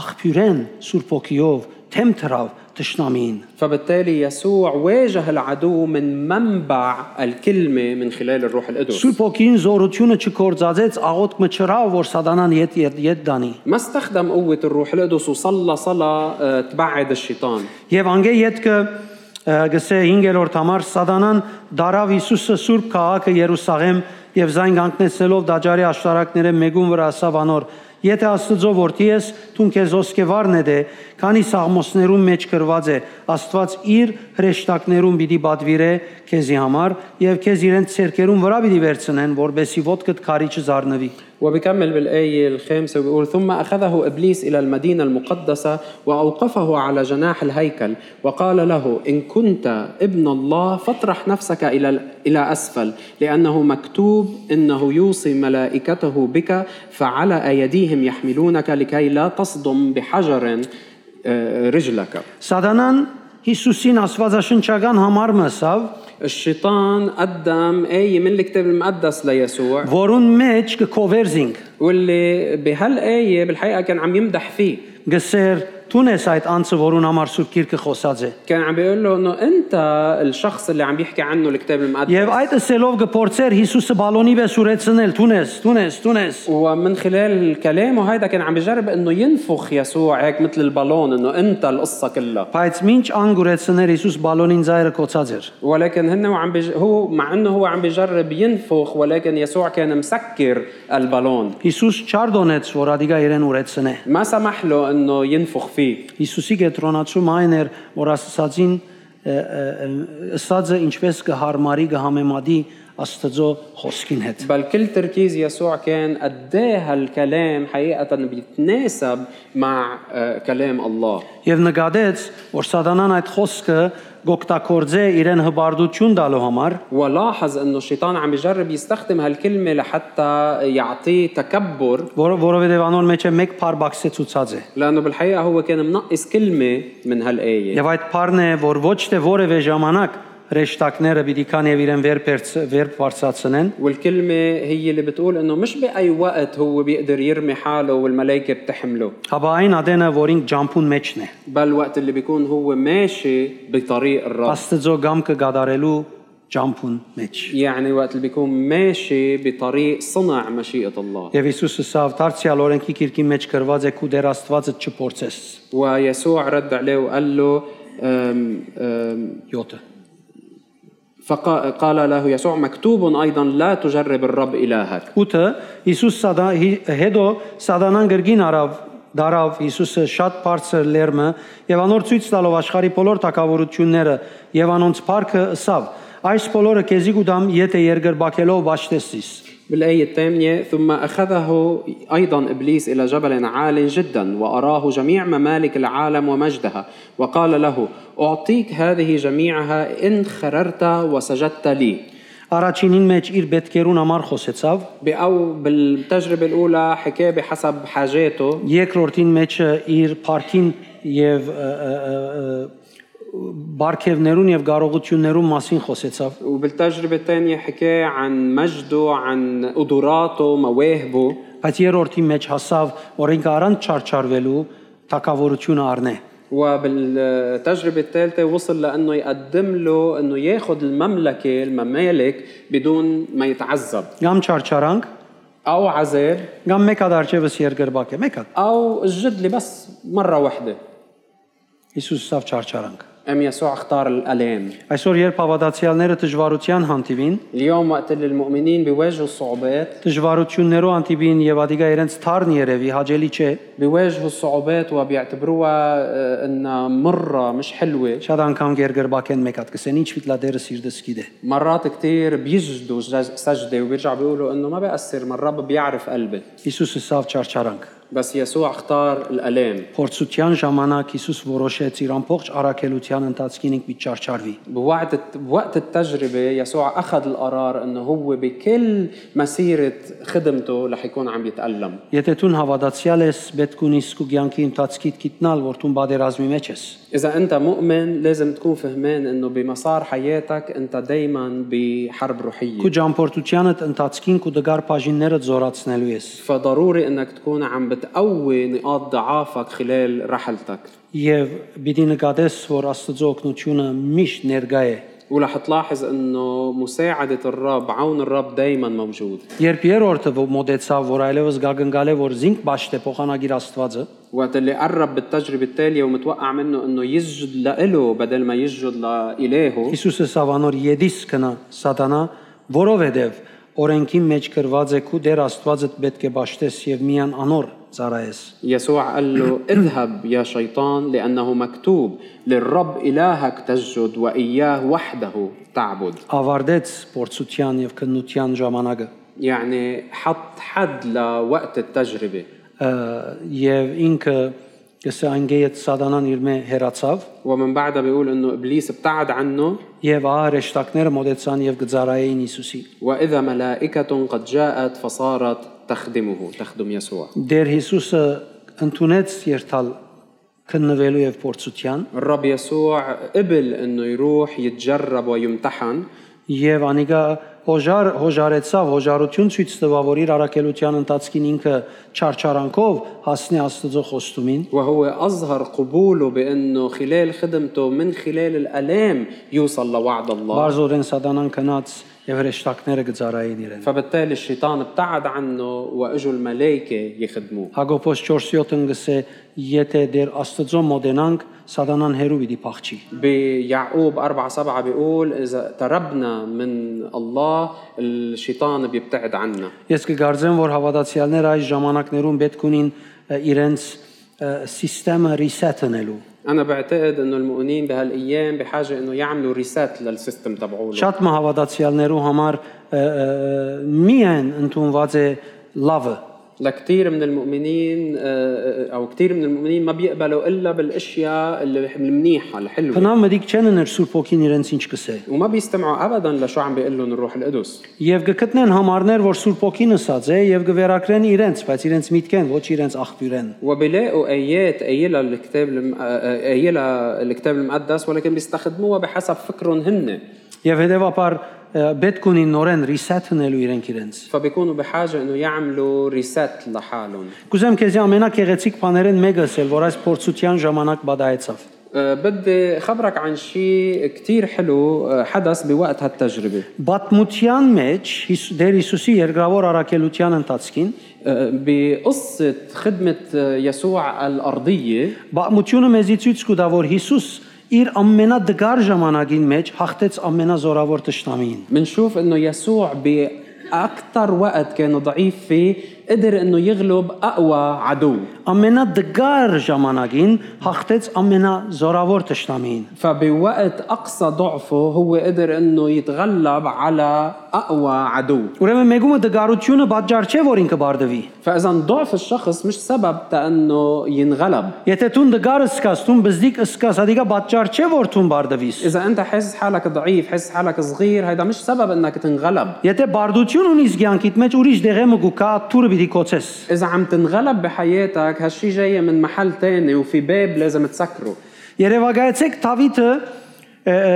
[SPEAKER 1] աղբյուրեն Սուրբ ոգիով թեմ թրավ ճշնամին։
[SPEAKER 2] فبالتالي يسوع واجه العدو من منبع الكلمه من خلال الروح القدس
[SPEAKER 1] Սուրբ ոգին զորությունը չկործածեց, աղոտք մճրավ, որ սատանան ետ ետ ետ դանի։
[SPEAKER 2] ما استخدم قوة الروح القدس وصلى صلاة آه، تبعد الشيطان
[SPEAKER 1] Եվ անգե յետքը գսե 5-րդ համար սատանան դարավ Հիսուսը Սուրբ քաղաքը Երուսաղեմ եւ զայն կանգնեցելով դաջարի աշտարակները մեգուն վրա ասավ անոր Եթե Աստծո որդի ես, ցուն քեզ ոսկեվարն է դե, քանի սաղմոսներում մեջ գրված է, Աստված իր հրեշտակներում պիտի պատվիրե քեզի համար եւ քեզ իրենց ցերկերում վրա պիտի վերցնեն, որբեսի ոդկդ քարի չզառնվի։
[SPEAKER 2] وبكمل بالآية الخامسة وبيقول ثم أخذه إبليس إلى المدينة المقدسة وأوقفه على جناح الهيكل وقال له إن كنت ابن الله فاطرح نفسك إلى إلى أسفل لأنه مكتوب إنه يوصي ملائكته بك فعلى أيديهم يحملونك لكي لا تصدم بحجر آه، رجلك
[SPEAKER 1] Սատանան Հիսուսին աստվածաշնչական համար մսավ,
[SPEAKER 2] الشيطان قدم آية من الكتاب المقدس ليسوع
[SPEAKER 1] որուն մեջ կկովերզինք
[SPEAKER 2] واللي بهالآية بالحقيقة كان عم يمدح فيه
[SPEAKER 1] գսեր Տուն ես այդ անձը, որուն համար Սուրբ Գիրքը խոսած է։
[SPEAKER 2] كان عم بيقول له انه انت الشخص اللي عم يحكي عنه الكتاب
[SPEAKER 1] Եվ
[SPEAKER 2] المقدس
[SPEAKER 1] այդ ասելով գփորձեր Հիսուսը բալոնի վես ուրեցնել՝ «Տուն ես, տուն ես, տուն ես»։
[SPEAKER 2] ومن خلال كلامه هيدا كان عم بجرب انه ينفخ يسوع هيك مثل البالون انه انت القصه كلها
[SPEAKER 1] Բայց ինչ անգուրեցներ Հիսուս բալոնին ձայրը կոծած էր։
[SPEAKER 2] ولكن هن وعم بج... هو مع انه هو عم بجرب ينفخ ولكن يسوع كان مسكر البالون
[SPEAKER 1] Հիսուս չարդոնեց, որ ադիգա իրեն ուրեցնե։
[SPEAKER 2] ما سمح له انه ينفخ فيه
[SPEAKER 1] Հիսուսի գետրոնացում այն էր, որ ասացին ըստածը ինչպես կհարմարի կհամեմատի Աստծո խոսքին հետ։
[SPEAKER 2] بل كل تركيز يسوع كان قد إيه هالكلام حقيقه بيتناسب مع آه، كلام الله
[SPEAKER 1] Եվ նկատեց, որ Սատանան այդ խոսքը գոկտակորձե իրեն հբարդություն տալու համար,
[SPEAKER 2] ولاحظ انه الشيطان عم يجرب يستخدم هالكلمه لحتى يعطيه تكبر
[SPEAKER 1] որը որովհետև անոր մեջ է մեկ փար բաքսե ցուցած է։
[SPEAKER 2] لانه بالحقيقه هو كان منقص كلمه من هالايه
[SPEAKER 1] Եվ այդ փարն է, որ ոչ թե որևէ ժամանակ հրեշտակները պիտի կան եւ իրեն վեր բերց- վեր բարձացնեն,
[SPEAKER 2] والكلمة هي اللي بتقول انه مش بأي وقت هو بيقدر يرمي حاله والملائكة بتحمله،
[SPEAKER 1] հաբա այն ադենը, որին ջամփուն մեջն է։
[SPEAKER 2] بل وقت اللي بيكون هو ماشي بطريق الرب،
[SPEAKER 1] Աստծո գամքը գադարելու ջամփուն մեջ։
[SPEAKER 2] يعني وقت اللي بيكون ماشي بطريق صنع مشيئة الله،
[SPEAKER 1] Եվ Հիսուսը սավ դարձյալ օրենքի քիրքի մեջ գրված է քու դեր Աստվածը չփորձես։
[SPEAKER 2] ويسوع رد عليه وقال له أم أم
[SPEAKER 1] 7-ը։
[SPEAKER 2] فقال له يسوع مكتوب ايضا لا تجرب الرب الهك
[SPEAKER 1] 8-ը Հիսուս սադա հի- հետո սադանան գրգին արավ դարավ Հիսուսը շատ բարձր լերմը եւ անոր ցույց տալով աշխարի բոլոր թակավորությունները եւ անոնց парքը սավ այս բոլորը քեզի գուդամ եթե երգր բակելով ճաշտեսիս
[SPEAKER 2] بالآية الثامنة ثم أخذه أيضا إبليس إلى جبل عال جدا وأراه جميع ممالك العالم ومجدها وقال له أعطيك هذه جميعها إن خررت وسجدت لي
[SPEAKER 1] առաջինին մեջ իր բետկերուն համար խոսեցավ
[SPEAKER 2] أو بالتجربة الأولى حكاه بحسب حاجاته
[SPEAKER 1] երկրորդին մեջը իր парքին եւ բարքևներուն եւ կարողություններուն մասին խոսեցավ
[SPEAKER 2] وبالتجربة الثانية حكاه عن مجده عن قدراته مواهبه
[SPEAKER 1] բայց երրորդի մեջ հասավ որ ինքը առանց չարչարվելու թակավորությունը առնե
[SPEAKER 2] وبالتجربة الثالثة وصل لأنه يقدم له أنه ياخذ المملكة الممالك بدون ما يتعذب
[SPEAKER 1] կամ չարչարանք
[SPEAKER 2] أو عذاب
[SPEAKER 1] կամ մեկ հատ արջևս երկրբակ է մեկ հատ
[SPEAKER 2] أو الجدلة بس مرة واحدة
[SPEAKER 1] Հիսուսը սավ չարչարանք
[SPEAKER 2] أم يسوع اختار الآلام
[SPEAKER 1] այսօր երբ հավատացյալները դժվարության հանդիպին
[SPEAKER 2] اليوم وقت اللي المؤمنين بيواجهوا الصعوبات
[SPEAKER 1] դժվարություններով հանդիպին եւ ադիգա իրենց թարն երևի հաջելի չէ
[SPEAKER 2] بيواجهوا الصعوبات وبيعتبروها آه، إنها مرة مش حلوة
[SPEAKER 1] շատ անգամ երկրբակ են մեկ հատ կսեն ինչ վիտլա դերը սիրտս գիտե
[SPEAKER 2] مرات كتير بيسجدوا سج- سجدة وبيرجعوا بيقولوا إنه ما بيأثر من الرب بيعرف قلبي
[SPEAKER 1] Հիսուսը սավ չարչարանք
[SPEAKER 2] بس يسوع اختار الآلام
[SPEAKER 1] Փորձության ժամանակ Հիսուս որոշեց իր ամբողջ առաքելության ընթացքին ինք մի չարչարվի։
[SPEAKER 2] بوقت الت- بوقت التجربة يسوع أخذ القرار إنه هو بكل مسيرة خدمته رح يكون عم يتألم
[SPEAKER 1] Եթե դու հավատացյալ ես, պետք ունի սկու ցանկի ընթացքիդ գիտնալ, որ դու բادرազմի մեջ ես։
[SPEAKER 2] إذا أنت مؤمن لازم تكون فهمان إنه بمسار حياتك أنت دايما بحرب روحية
[SPEAKER 1] Քու ճամփորդությանդ ընթացքին քու դգար բաժինները զորացնելու ես։
[SPEAKER 2] فضروري إنك تكون عم بتقوي نقاط ضعافك خلال رحلتك
[SPEAKER 1] Եվ պիտի նկատես, որ Աստծո օգնությունը միշտ ներկա է։
[SPEAKER 2] ورح تلاحظ إنه مساعدة الرب عون الرب دايما موجود
[SPEAKER 1] Երբ երրորդը ո- մոտեցավ, որ այլևս գագնգալ է, որ զինք ճաշտ է փոխանագիր Աստվածը,
[SPEAKER 2] وقت اللي قرب بالتجربة التالية ومتوقع منه إنه يسجد لإله بدل ما يسجد لإلهه
[SPEAKER 1] Հիսուսը սավանոր յեդիս կնա սատանա, որովհետև օրենքի մեջ գրված է քու դեր Աստվածը պետք է ճաշտես եւ միան անոր ծարայես։
[SPEAKER 2] يسوع قال له اذهب يا شيطان لأنه مكتوب للرب إلهك تسجد وإياه وحده تعبد
[SPEAKER 1] Ավարտեց փորձության եւ քննության ժամանակը
[SPEAKER 2] يعني حط حد لوقت التجربة
[SPEAKER 1] ը, եւ ինքը կսա անգեյեց սատանան իր մե հերացավ
[SPEAKER 2] ومن بعدها بيقول انه ابليس ابتعد عنه
[SPEAKER 1] եւ ահրեշտակները մոտեցան եւ գծարային Հիսուսի։
[SPEAKER 2] واذا ملائكة قد جاءت فصارت تخدمه تخدم يسوع
[SPEAKER 1] Դեր Հիսուսը ընդունեց երթալ քննվելու եւ փորձության
[SPEAKER 2] الرب يسوع قبل انه يروح يتجرب ويمتحن
[SPEAKER 1] եւ անիկա հոժար հոժարեցավ, հոժարություն ցույց տվավ, որ իր առաքելության ընթացքին ինքը չարչարանքով հասնի Աստծո խոստումին,
[SPEAKER 2] وهو أظهر قبوله بأنه خلال خدمته من خلال الآلام يوصل لوعد الله
[SPEAKER 1] բարձորեն սատանան քնած եւ հրեշտակները գծարային իրեն։
[SPEAKER 2] فبالتالي الشيطان ابتعد عنه وإجوا الملائكة يخدموه
[SPEAKER 1] Հակոբոս 4:7-ն գսե, եթե դեր Աստծո մոդենանք, սատանան հերու պիտի փախչի։
[SPEAKER 2] بيعقوب 4 7 بيقول إذا تربنا من الله الشيطان بيبتعد عنا
[SPEAKER 1] Ես կգարձեմ, որ հավատացյալները այս ժամանակներում պետք ունին ը, իրենց ը, համակարգը reset-անելու։
[SPEAKER 2] أنا بعتقد إنه المؤمنين بهالأيام بحاجة إنه يعملوا ريسات للسيستم تبعوله
[SPEAKER 1] Շատ մահավատացյալներու համար ը, ը, միայն ընդունված է լավը,
[SPEAKER 2] لكثير من المؤمنين آه، أو كثير من المؤمنين ما بيقبلوا إلا بالأشياء اللي- المنيحة الحلوة
[SPEAKER 1] Հնամ մտիկ չեն ներ Սուրբ Օքին իրենց ինչ կսե։
[SPEAKER 2] وما بيستمعوا ابدا لشو عم بيقول لهم الروح القدس
[SPEAKER 1] Եվ գկտնեն համարներ, որ Սուրբ Օքին ըսած է եւ գվերակրեն իրենց, բայց իրենց միտքեն ոչ իրենց աղբյուրեն։
[SPEAKER 2] وبيلاقوا ايات قايله الكتاب الم... آه، آه، قايله الكتاب المقدس ولكن بيستخدموها بحسب فكرهم هن
[SPEAKER 1] Եվ հետեւաբար պետք ունի նորեն reset-անելու իրենք իրենց։
[SPEAKER 2] فبيكونوا بحاجه انه يعملوا ريسات لحالهم
[SPEAKER 1] Կուզեմ քեզի ամենակեղեցիկ բաներն մեկըսել, որ այս փորձության ժամանակ բադայեցավ։
[SPEAKER 2] آه، بدي خبرك عن شيء كثير حلو آه، حدث بوقت هالتجربه
[SPEAKER 1] Բաթմության մեջ Հիս- Տեր Հիսուսի երկրավոր առաքելության ընթացքին
[SPEAKER 2] آه، بقصه خدمه آه، يسوع الارضيه
[SPEAKER 1] բաթմությունը մեզի ցույց կտա, որ Հիսուս իր ամենադգար ժամանակին մեջ հաղթեց ամենազորավոր ճշտամին։
[SPEAKER 2] بنشوف انه يسوع باكثر وقت كان ضعيف فيه قدر انه يغلب اقوى عدو
[SPEAKER 1] Ամենադգար ժամանակին հաղթեց ամենազորավոր ճշտամին։
[SPEAKER 2] فبوقت اقصى ضعفه هو قدر انه يتغلب على اقوى عدو
[SPEAKER 1] Ուրեմն մեգումը դգարությունը պատճառ չէ, որ ինքը բարդվի։
[SPEAKER 2] فاذا ضعف الشخص مش سبب تانه ينغلب
[SPEAKER 1] Եթե դու դգարը սկաս, դու բզդիկ սկաս, ադիկա պատճառ չէ, որ դու բարդվիս։
[SPEAKER 2] اذا انت حاسس حالك ضعيف حاسس حالك صغير هيدا مش سبب انك تنغلب
[SPEAKER 1] Եթե բարդություն ունիս ցանկիդ մեջ ուրիշ դեղեմը գուկա, թուրը պիտի կոչես։
[SPEAKER 2] اذا عم تنغلب بحياتك هالشي جاي من محل تاني وفي باب لازم تسكره
[SPEAKER 1] Երևակայեցեք Դավիթը ը, ը,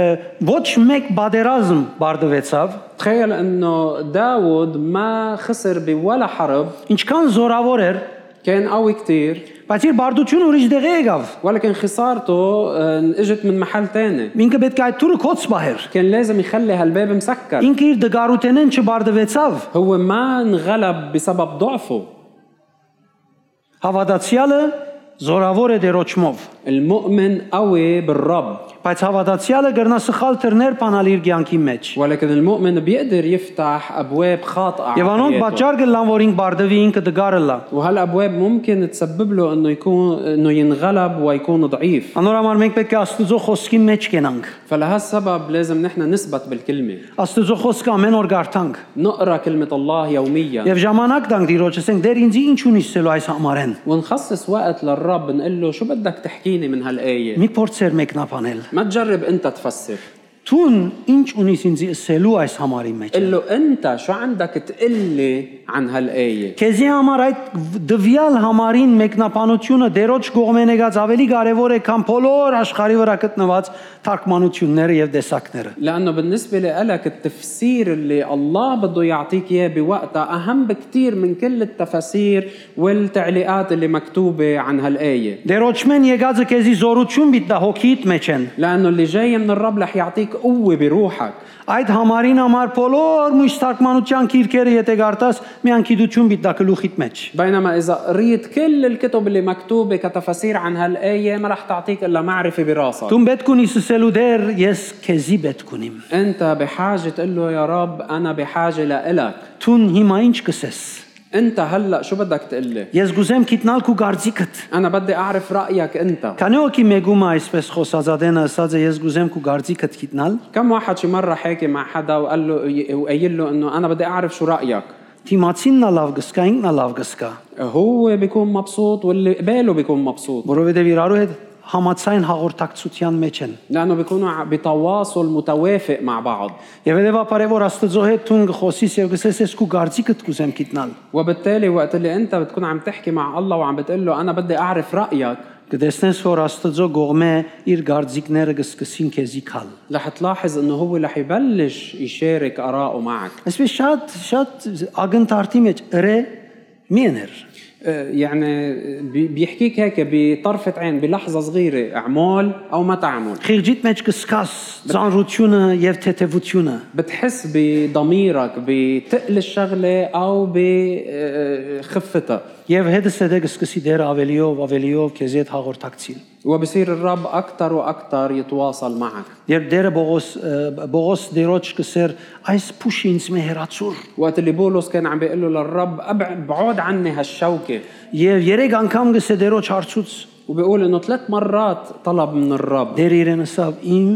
[SPEAKER 1] ոչ մեկ բادرազմ բարդվեցավ,
[SPEAKER 2] تخيل انه داود ما خسر بولا حرب
[SPEAKER 1] ինչքան զորավոր էր,
[SPEAKER 2] كان قوي كتير
[SPEAKER 1] բայց իր բարդությունը ուրիշ դեղի եկավ։
[SPEAKER 2] ولكن خسارته آه، اجت من محل تاني
[SPEAKER 1] Ինքը պետք է այդ թուրը կոչ բահեր։
[SPEAKER 2] كان لازم يخلي هالباب مسكر
[SPEAKER 1] Ինքը իր դգարութենեն չբարդվեցավ։
[SPEAKER 2] هو ما انغلب بسبب ضعفه
[SPEAKER 1] Հավատացյալը զորավոր է դերոճմով,
[SPEAKER 2] المؤمن قوي بالرب
[SPEAKER 1] բայց հավատացյալը գրնա սխալ թռներ բանալ իր ցանկի մեջ։
[SPEAKER 2] ولكن المؤمن بيقدر يفتح ابواب خاطئه على
[SPEAKER 1] Եվ անոնք
[SPEAKER 2] حياته.
[SPEAKER 1] պատճառ կլան, որ ինք բարդվի ինքը դգարը լա։
[SPEAKER 2] وهالابواب ممكن تسبب له انه يكون انه ينغلب ويكون ضعيف
[SPEAKER 1] Անոր համար մենք պետք է Աստծո խոսքի մեջ կենանք։
[SPEAKER 2] فلهالسبب لازم نحن نثبت بالكلمه
[SPEAKER 1] Աստծո խոսքը ամեն օր գարտանք։
[SPEAKER 2] نقرا كلمه الله يوميا
[SPEAKER 1] Եվ ժամանակ տանք դիրոջս ենք դեր ինձ ինչ ունիս սելու այս համարեն։
[SPEAKER 2] ونخصص وقت للرب نقول له شو بدك تحكيني من هالايه
[SPEAKER 1] Մի փորձեր մեկնաբանել։
[SPEAKER 2] ما تجرب انت تفسر
[SPEAKER 1] Տուն ինչ ունիս ինձ սելու այս համարի մեջ։
[SPEAKER 2] قل له انت شو عندك تقلي عن هالايه
[SPEAKER 1] Քեզի համար այդ դվյալ համարին մեկնաբանությունը դերոջ կողմեն եկած ավելի կարևոր է, քան բոլոր աշխարհի վրա գտնված թարգմանությունները եւ դեսակները։
[SPEAKER 2] لانه بالنسبه لك التفسير اللي الله بده يعطيك اياه بوقتها اهم بكثير من كل التفاسير والتعليقات اللي مكتوبه عن هالايه
[SPEAKER 1] Դերոջմեն եկածը քեզի զորություն պիտի դա հոգիդ մեջ են։
[SPEAKER 2] لانه اللي جاي من الرب رح يعطيك قوه بروحك
[SPEAKER 1] Այդ համարին համար բոլոր մույս թարգմանության քիրքերը եթե գարտաս, մի անկիդություն պիտի դա գլուխիդ մեջ։
[SPEAKER 2] بينما اذا قريت كل الكتب اللي مكتوبه كتفاسير عن هالايه ما رح تعطيك الا معرفه براسك
[SPEAKER 1] Դու պետք ունի սելու դեր, ես քեզի պետք ունիմ։
[SPEAKER 2] انت بحاجه تقول له يا رب انا بحاجه لإلك
[SPEAKER 1] Տուն հիմա ինչ կսես։
[SPEAKER 2] انت هلا شو بدك تقول لي
[SPEAKER 1] Ես գուզեմ գիտնալ քու գարձիկդ։
[SPEAKER 2] انا بدي اعرف رايك انت
[SPEAKER 1] Քանի օքի մեգումը այսպես խոսածածեն ասած է ես գուզեմ քու գարձիկդ գիտնալ,
[SPEAKER 2] كم واحد شي مره حاكي مع حدا وقال له وقايل له انه انا بدي اعرف شو رايك
[SPEAKER 1] թիմացին նա լավ գսկա, ինքն նա լավ գսկա,
[SPEAKER 2] هو بيكون مبسوط واللي قباله بيكون مبسوط
[SPEAKER 1] որովհետև իրարու հետ համացայն հաղորդակցության մեջ են։
[SPEAKER 2] لانه بيكونوا ع- بتواصل متوافق مع بعض
[SPEAKER 1] Եվ հետեւաբար է որ Աստծո հետ տուն գխոսիս եւ գսես ես քու գարձիկդ գուզեմ գիտնալ։
[SPEAKER 2] وبالتالي وقت اللي انت بتكون عم تحكي مع الله وعم بتقول له انا بدي اعرف رايك
[SPEAKER 1] կտեսնես, որ Աստծո գողմե իր գարձիկները կսկսին քեզի քալ։
[SPEAKER 2] رح تلاحظ انه هو رح يبلش يشارك اراءه معك
[SPEAKER 1] Այսպես շատ շատ ագնթարթի մեջ ըրե միներ։
[SPEAKER 2] آه، يعني بي- بيحكيك هيك بطرفة عين بلحظة صغيرة اعمل او ما تعمل
[SPEAKER 1] Խիղճիտ մեջ կսկաս ծանրությունը եւ թեթևությունը։
[SPEAKER 2] بتحس بضميرك بتقل الشغلة آه، او بخفتها
[SPEAKER 1] Եվ հետս է դե կսկսի դեր ավելիով, ավելիով քեզի հետ հաղորդակցիլ։
[SPEAKER 2] وبصير الرب أكثر وأكثر يتواصل معك
[SPEAKER 1] Երբ դերը Բողոս ը, Բողոս դերոջ կսեր այս փուշի ինձ մեհերացուր
[SPEAKER 2] وقت اللي بولس كان عم بيقول له للرب أبع- بعد عني هالشوكة
[SPEAKER 1] եւ երեք անգամ գսե դերոջ հարցուց
[SPEAKER 2] وبيقول انه ثلاث مرات طلب من الرب
[SPEAKER 1] դեր իրեն ասավ իմ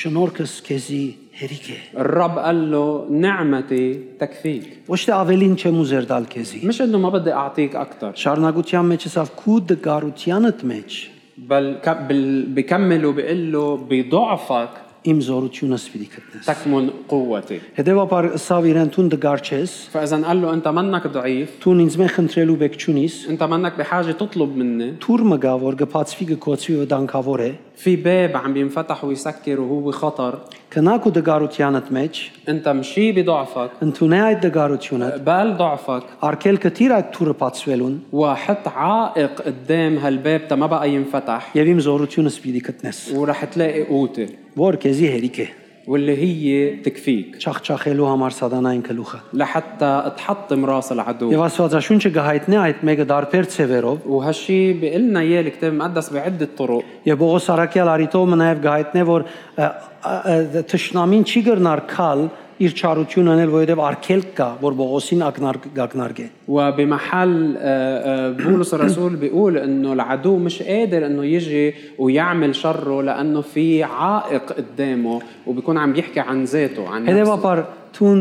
[SPEAKER 1] շնորհքս քեզի հերիք է։
[SPEAKER 2] الرب قال له نعمتي تكفيك
[SPEAKER 1] Ոչ թե ավելին չեմ ուզեր տալ քեզի։
[SPEAKER 2] مش انه ما بدي اعطيك اكثر
[SPEAKER 1] Շարունակության մեջ ասավ քու դգարությանդ մեջ
[SPEAKER 2] بل ك- بال- بكمل وبقول له بضعفك
[SPEAKER 1] իմ զորությունս պիտի գտնես։
[SPEAKER 2] تكمن قوتي
[SPEAKER 1] Հետևաբար ասավ իրեն տուն դգար չես,
[SPEAKER 2] فاذا قال له انت منك ضعيف
[SPEAKER 1] տուն ինձ մեն խնդրելու բեք չունիս,
[SPEAKER 2] انت منك بحاجه تطلب مني
[SPEAKER 1] թուր մգա որ գփածվի գկոցվի ու դանկավոր է։
[SPEAKER 2] في باب عم بينفتح ويسكر وهو خطر
[SPEAKER 1] Քնակ ու դգարությանդ մեջ
[SPEAKER 2] انت مشي بضعفك
[SPEAKER 1] ընդունե այդ դգարությունը,
[SPEAKER 2] بال ضعفك
[SPEAKER 1] արկել կտիր այդ թուրը բացվելուն
[SPEAKER 2] وحط عائق قدام هالباب تا ما بقى ينفتح
[SPEAKER 1] եւ իմ զորությունս պիտի գտնես,
[SPEAKER 2] ورح تلاقي قوتي
[SPEAKER 1] որ քեզի հերիք է։
[SPEAKER 2] واللي هي تكفيك
[SPEAKER 1] Չախչախելու համար սատանային գլուխը։
[SPEAKER 2] لحتى تحطم راس العدو
[SPEAKER 1] Եվ Աստվածաշունչը գահիտնե այդ մեկը դարբեր ցևերով
[SPEAKER 2] وهالشي بيقلنا اياه الكتاب المقدس بعده طرق
[SPEAKER 1] Եվ Պողոս Արաքյալ Արիտովը նաև գահիտնե որ ը, ը, ը, թշնամին չի գրնար քալ իր ճարությունն անել, որովհետև արգելք կա, որ Պողոսին ակնարկ գակնարգե։
[SPEAKER 2] وبمحل آه، آه، بولس الرسول بيقول انه العدو مش قادر انه يجي ويعمل شره لانه في عائق قدامه وبيكون عم يحكي عن ذاته عن نفسه
[SPEAKER 1] Հետևաբար ցուն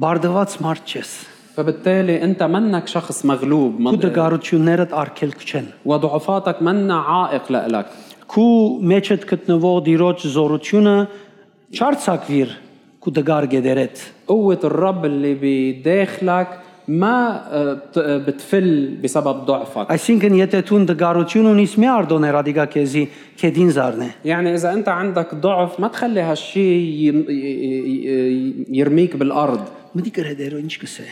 [SPEAKER 1] բարդված մարդ ես։
[SPEAKER 2] فبالتالي انت منك شخص مغلوب
[SPEAKER 1] Քու
[SPEAKER 2] من-
[SPEAKER 1] դգարություններդ արգելք չեն։
[SPEAKER 2] وضعفاتك منا عائق لإلك
[SPEAKER 1] Քու մեջդ գտնվող դիրոջ զորությունը չարցակվիր քու դգար գեդերետ։
[SPEAKER 2] قوة الرب اللي بداخلك ما آه، بت- آه، بتفل بسبب ضعفك
[SPEAKER 1] Այսինքն եթե ցուն դգարություն ունիս մի արդոներ ադիգա քեզի քեդին զառնե։
[SPEAKER 2] يعني إذا أنت عندك ضعف ما تخلي هالشي يم- ي- ي- يرميك بالأرض
[SPEAKER 1] Մտի գրեդերո ինչ կսե։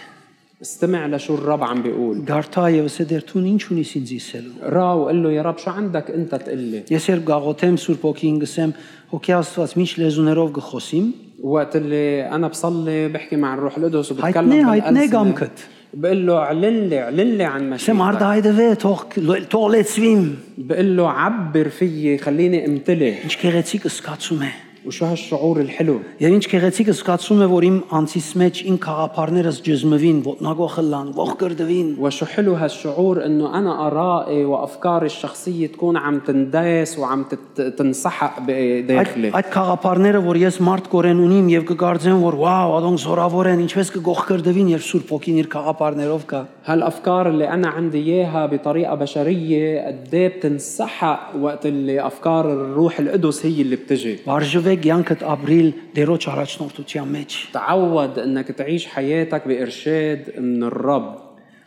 [SPEAKER 2] استمع لشو الرب عم بيقول
[SPEAKER 1] Գարթա եւս է դեր ցուն ինչ ունիս ինձ իսելու։
[SPEAKER 2] راو قل له يا رب شو عندك أنت تقلي
[SPEAKER 1] Ես երբ գաղոթեմ Սուրբ Օքին գսեմ, հոգի Աստված ինչ լեզուներով գխոսիմ,
[SPEAKER 2] وقت اللي أنا بصلي بحكي مع الروح القدس
[SPEAKER 1] հայտնե
[SPEAKER 2] وبتكلم
[SPEAKER 1] հայտնե
[SPEAKER 2] بالألسنة
[SPEAKER 1] գամքդ։
[SPEAKER 2] بقول له علل لي علل لي عن
[SPEAKER 1] Գսեմ արդա
[SPEAKER 2] مشيتك
[SPEAKER 1] հայդվե թող թող լեցվիմ,
[SPEAKER 2] بقول له عبر فيي خليني امتلي
[SPEAKER 1] ինչ գեղեցիկ սկացում է։
[SPEAKER 2] وشو هالشعور الحلو
[SPEAKER 1] Եվ ինչ գեղեցիկ սկացում է, որ իմ անցիս մեջ իմ խաղապարներս ջզմվին, ոտնագողը լան, ող կրդվին։
[SPEAKER 2] وشو حلو هالشعور انه انا ارائي وافكاري الشخصيه تكون عم تنداس وعم تت- تنسحق
[SPEAKER 1] Այդ
[SPEAKER 2] بداخلي
[SPEAKER 1] այդ խաղապարները, որ ես մարդ կորեն ունիմ եւ կգարձեմ, որ վաո, ադոնք զորավոր են, ինչպես կգող կրդվին, երբ Սուրբ Օքին իր խաղապարներով կա։
[SPEAKER 2] هالافكار اللي انا عندي اياها بطريقه بشريه قد ايه بتنسحق وقت اللي افكار الروح القدس هي اللي بتجي
[SPEAKER 1] Վարժվեք յանքդ ապրիլ դերոջ առաջնորդության մեջ։
[SPEAKER 2] تعود انك تعيش حياتك بارشاد من الرب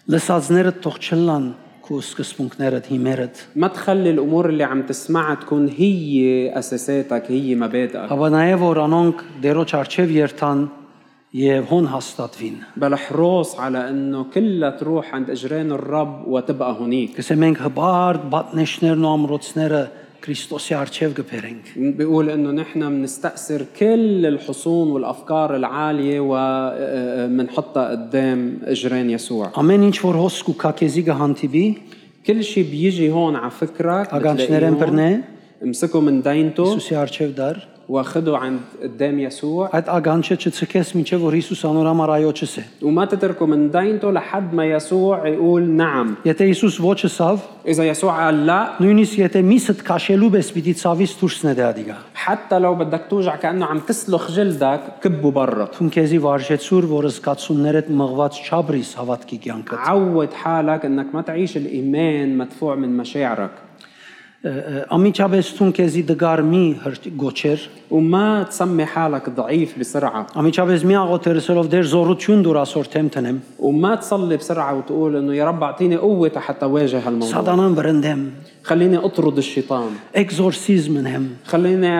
[SPEAKER 1] Լսածները թող չլան քու սկսպունքներդ հիմերդ։
[SPEAKER 2] ما تخلي الامور اللي عم تسمعها تكون هي اساساتك هي مبادئك
[SPEAKER 1] Հավա նաև որ անոնք դերոջ արչև երթան եւ հոն հաստատվին։
[SPEAKER 2] بل احرص على انه كلها تروح عند اجران الرب وتبقى هنيك
[SPEAKER 1] Կսե մենք հբարդ բատնեշներն ու ամրոցները Քրիստոսի արչև կբերենք։
[SPEAKER 2] بيقول انه نحن بنستأثر كل الحصون والافكار العاليه وبنحطها آه، قدام اجران يسوع
[SPEAKER 1] Ամեն ինչ որ հոսք ու քակեզի կհանդիպի,
[SPEAKER 2] كل شيء بيجي هون على فكرك
[SPEAKER 1] ականջներեն
[SPEAKER 2] بتلاقيه
[SPEAKER 1] բռնե
[SPEAKER 2] هون. امسكه من دينته
[SPEAKER 1] Հիսուսի արչև դար,
[SPEAKER 2] واخده عند قدام يسوع
[SPEAKER 1] այդ ականջը չցկես մինչեւ որ Հիսուս անոր համար այոչս է։
[SPEAKER 2] وما تتركه من دينته لحد ما يسوع يقول نعم
[SPEAKER 1] Եթե Հիսուս ոչսավ,
[SPEAKER 2] اذا يسوع قال لا
[SPEAKER 1] նույնիսկ եթե միսդ քաշելու բես պիտի ցավից դուրսնե դե ադիգա։
[SPEAKER 2] حتى لو بدك توجع كانه عم تسلخ جلدك كبه برا
[SPEAKER 1] Թուն քեզի վարժեցուր, որ զգացումներդ մղված չաբրիս հավատքի կյանքը։
[SPEAKER 2] عود حالك انك ما تعيش الايمان مدفوع من مشاعرك
[SPEAKER 1] Ամիջապես ցուն քեզի դգար մի հրճ- գոչեր,
[SPEAKER 2] وما تسمي حالك ضعيف بسرعة
[SPEAKER 1] ամիջապես մի աղոթերսելով դեր զորություն դուր ասոր թեմ տնեմ։
[SPEAKER 2] وما تصلي بسرعة وتقول إنه يا رب أعطيني قوة حتى واجه هالموضوع
[SPEAKER 1] Սատանան վրընդեմ,
[SPEAKER 2] خليني أطرد الشيطان
[SPEAKER 1] էքսորսիզմ ընեմ,
[SPEAKER 2] خليني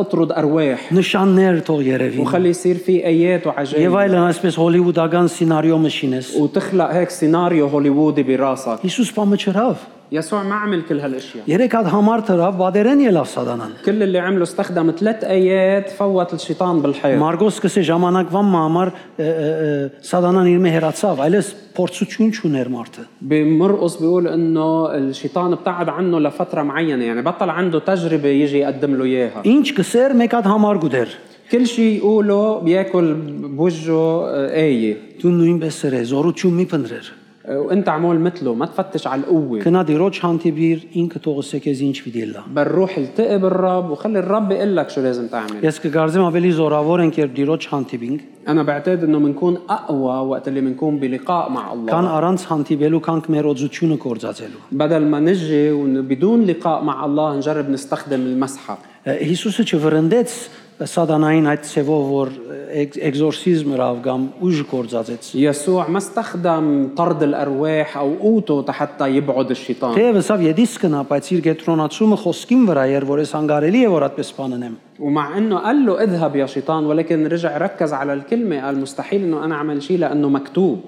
[SPEAKER 2] أطرد أرواح
[SPEAKER 1] նշաններ թող երևին։
[SPEAKER 2] وخلي يصير في آيات
[SPEAKER 1] Եվ
[SPEAKER 2] وعجائب
[SPEAKER 1] այլն այսպես հոլիվուդական սցենարիո մշինես։
[SPEAKER 2] وتخلق هيك سيناريو هوليوودي براسك
[SPEAKER 1] Հիսուս պամը չրավ։
[SPEAKER 2] يسوع ما عمل كل هالاشياء
[SPEAKER 1] Երեք հատ համար թրավ, բادرեն ելավ սատանան։
[SPEAKER 2] كل اللي عمله استخدم ثلاث ايات فوت الشيطان بالحيط
[SPEAKER 1] Մարգոս սկսի ժամանակվա համար ը, ը, ը, սատանան իր մեջ հերացավ, այլես փորձություն չուներ մարդը։
[SPEAKER 2] بمرقص بيقول انه الشيطان ابتعد عنه لفتره معينه يعني بطل عنده تجربه يجي يقدم له اياها
[SPEAKER 1] Ինչ կսեր մեկ հատ համար գուդեր։
[SPEAKER 2] كل شيء يقوله بياكل بوجهه آه، ايه
[SPEAKER 1] Դու նույնպես սրե զորություն մի փնտրեր։
[SPEAKER 2] آه، وانت عمول مثله ما تفتش على القوه
[SPEAKER 1] Կնա դիրոջ հանդիպիր ինքը թողսե քեզ ինչ պիտի լա։
[SPEAKER 2] بل روح التقي بالرب وخلي الرب يقول لك شو لازم تعمل
[SPEAKER 1] Ես կգարձեմ ավելի զորավոր ենք երբ դիրոջ հանդիպինք,
[SPEAKER 2] انا بعتقد انه بنكون اقوى وقت اللي بنكون بلقاء مع الله
[SPEAKER 1] քան առանց հանդիպելու քանք մեր օծությունը կործածելու։
[SPEAKER 2] بدل ما نجي وبدون لقاء مع الله نجرب نستخدم المسحه
[SPEAKER 1] Ա, Հիսուսը չվրընդեց սատանային այդ ցևով, որ էկ- էքսորսիզմ հավ կամ ուժ կործածեց։
[SPEAKER 2] يسوع ما استخدم طرد الارواح او قوته حتى يبعد الشيطان
[SPEAKER 1] Թեև ասավ յեդիս կնա, բայց իր գետրոնացումը խոսքին վրա էր, որ ես անգարելի է որ այդպես բան անեմ։
[SPEAKER 2] ومع انه قال له اذهب يا شيطان ولكن رجع ركز على الكلمه قال مستحيل انه انا اعمل شيء لانه مكتوب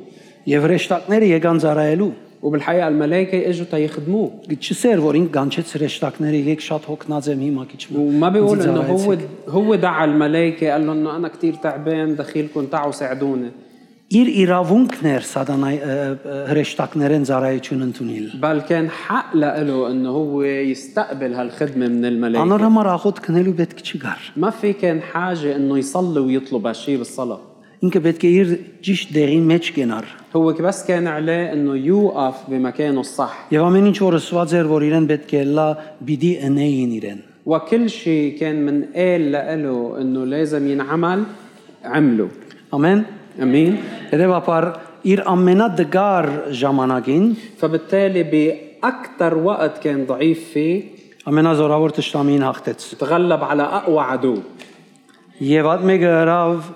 [SPEAKER 1] Եվ հրեշտակները եկան ծարայելու։
[SPEAKER 2] وبالحقيقه الملائكه اجوا تيخدموه
[SPEAKER 1] Չսեր որ ինք գանչեց հրեշտակները, եկեք շատ հոգնած եմ հիմա քիչ։ մի-
[SPEAKER 2] وما بيقول
[SPEAKER 1] ձիձ
[SPEAKER 2] انه
[SPEAKER 1] արայեցեք»։
[SPEAKER 2] هو هو دعا الملائكه قال له انه انا كثير تعبان دخيلكم تعوا ساعدوني
[SPEAKER 1] իր իրավունքն էր սատանայի ը, ը, հրեշտակներեն ծարայություն ընդունել։
[SPEAKER 2] بل كان حق له انه هو يستقبل هالخدمه من الملائكه
[SPEAKER 1] Անոր համար աղոտ քնելու պետք չգար։
[SPEAKER 2] ما في كان حاجه انه يصلي ويطلب هالشيء بالصلاه
[SPEAKER 1] Ինքը պետք է իր ճիշտ դեղի մեջ կենար։
[SPEAKER 2] هو بس كان عليه انه يوقف بمكانه الصح
[SPEAKER 1] Եվ ամեն ինչ որ ըսված էր, որ իրեն պետք է լա բիդի ընեին իրեն։
[SPEAKER 2] وكل شيء كان من قال له انه لازم ينعمل عمله
[SPEAKER 1] Ամեն։
[SPEAKER 2] امين
[SPEAKER 1] Երևաբար իր ամենադգար ժամանակին
[SPEAKER 2] فبالتالي باكثر وقت كان ضعيف فيه
[SPEAKER 1] ամենազորավոր ճշտամին հաղթեց։
[SPEAKER 2] تغلب على اقوى عدو
[SPEAKER 1] Եվ այդ մեկը հրավ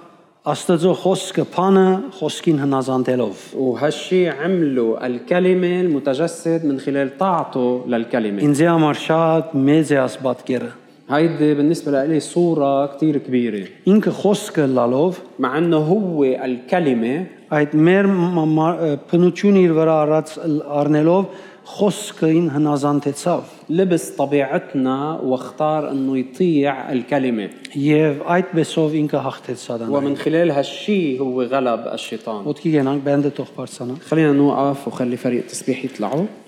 [SPEAKER 1] Աստծո խոսքը փանը խոսքին հնազանդելով։
[SPEAKER 2] وهالشي عمله الكلمة المتجسد من خلال طاعته للكلمة
[SPEAKER 1] Ինձ համար շատ մեծ է աս պատկերը։
[SPEAKER 2] هيدي بالنسبة لي صورة كتير كبيرة
[SPEAKER 1] Ինքը խոսքը լալով
[SPEAKER 2] مع انه هو الكلمة
[SPEAKER 1] այդ մեր մ- մ- բնությունը իր վրա առած առնելով խոսքին հնազանդեցավ
[SPEAKER 2] لبس طبيعتنا واختار انه يطيع الكلمة
[SPEAKER 1] եւ այդպեսով ինքը հաղթեց սատանան
[SPEAKER 2] ومن خلال هالشي هو غلب الشيطان
[SPEAKER 1] ոտքի գնանք բենդը թող բարձանա
[SPEAKER 2] خلينا نوقف وخلي فريق التسبيح يطلعوا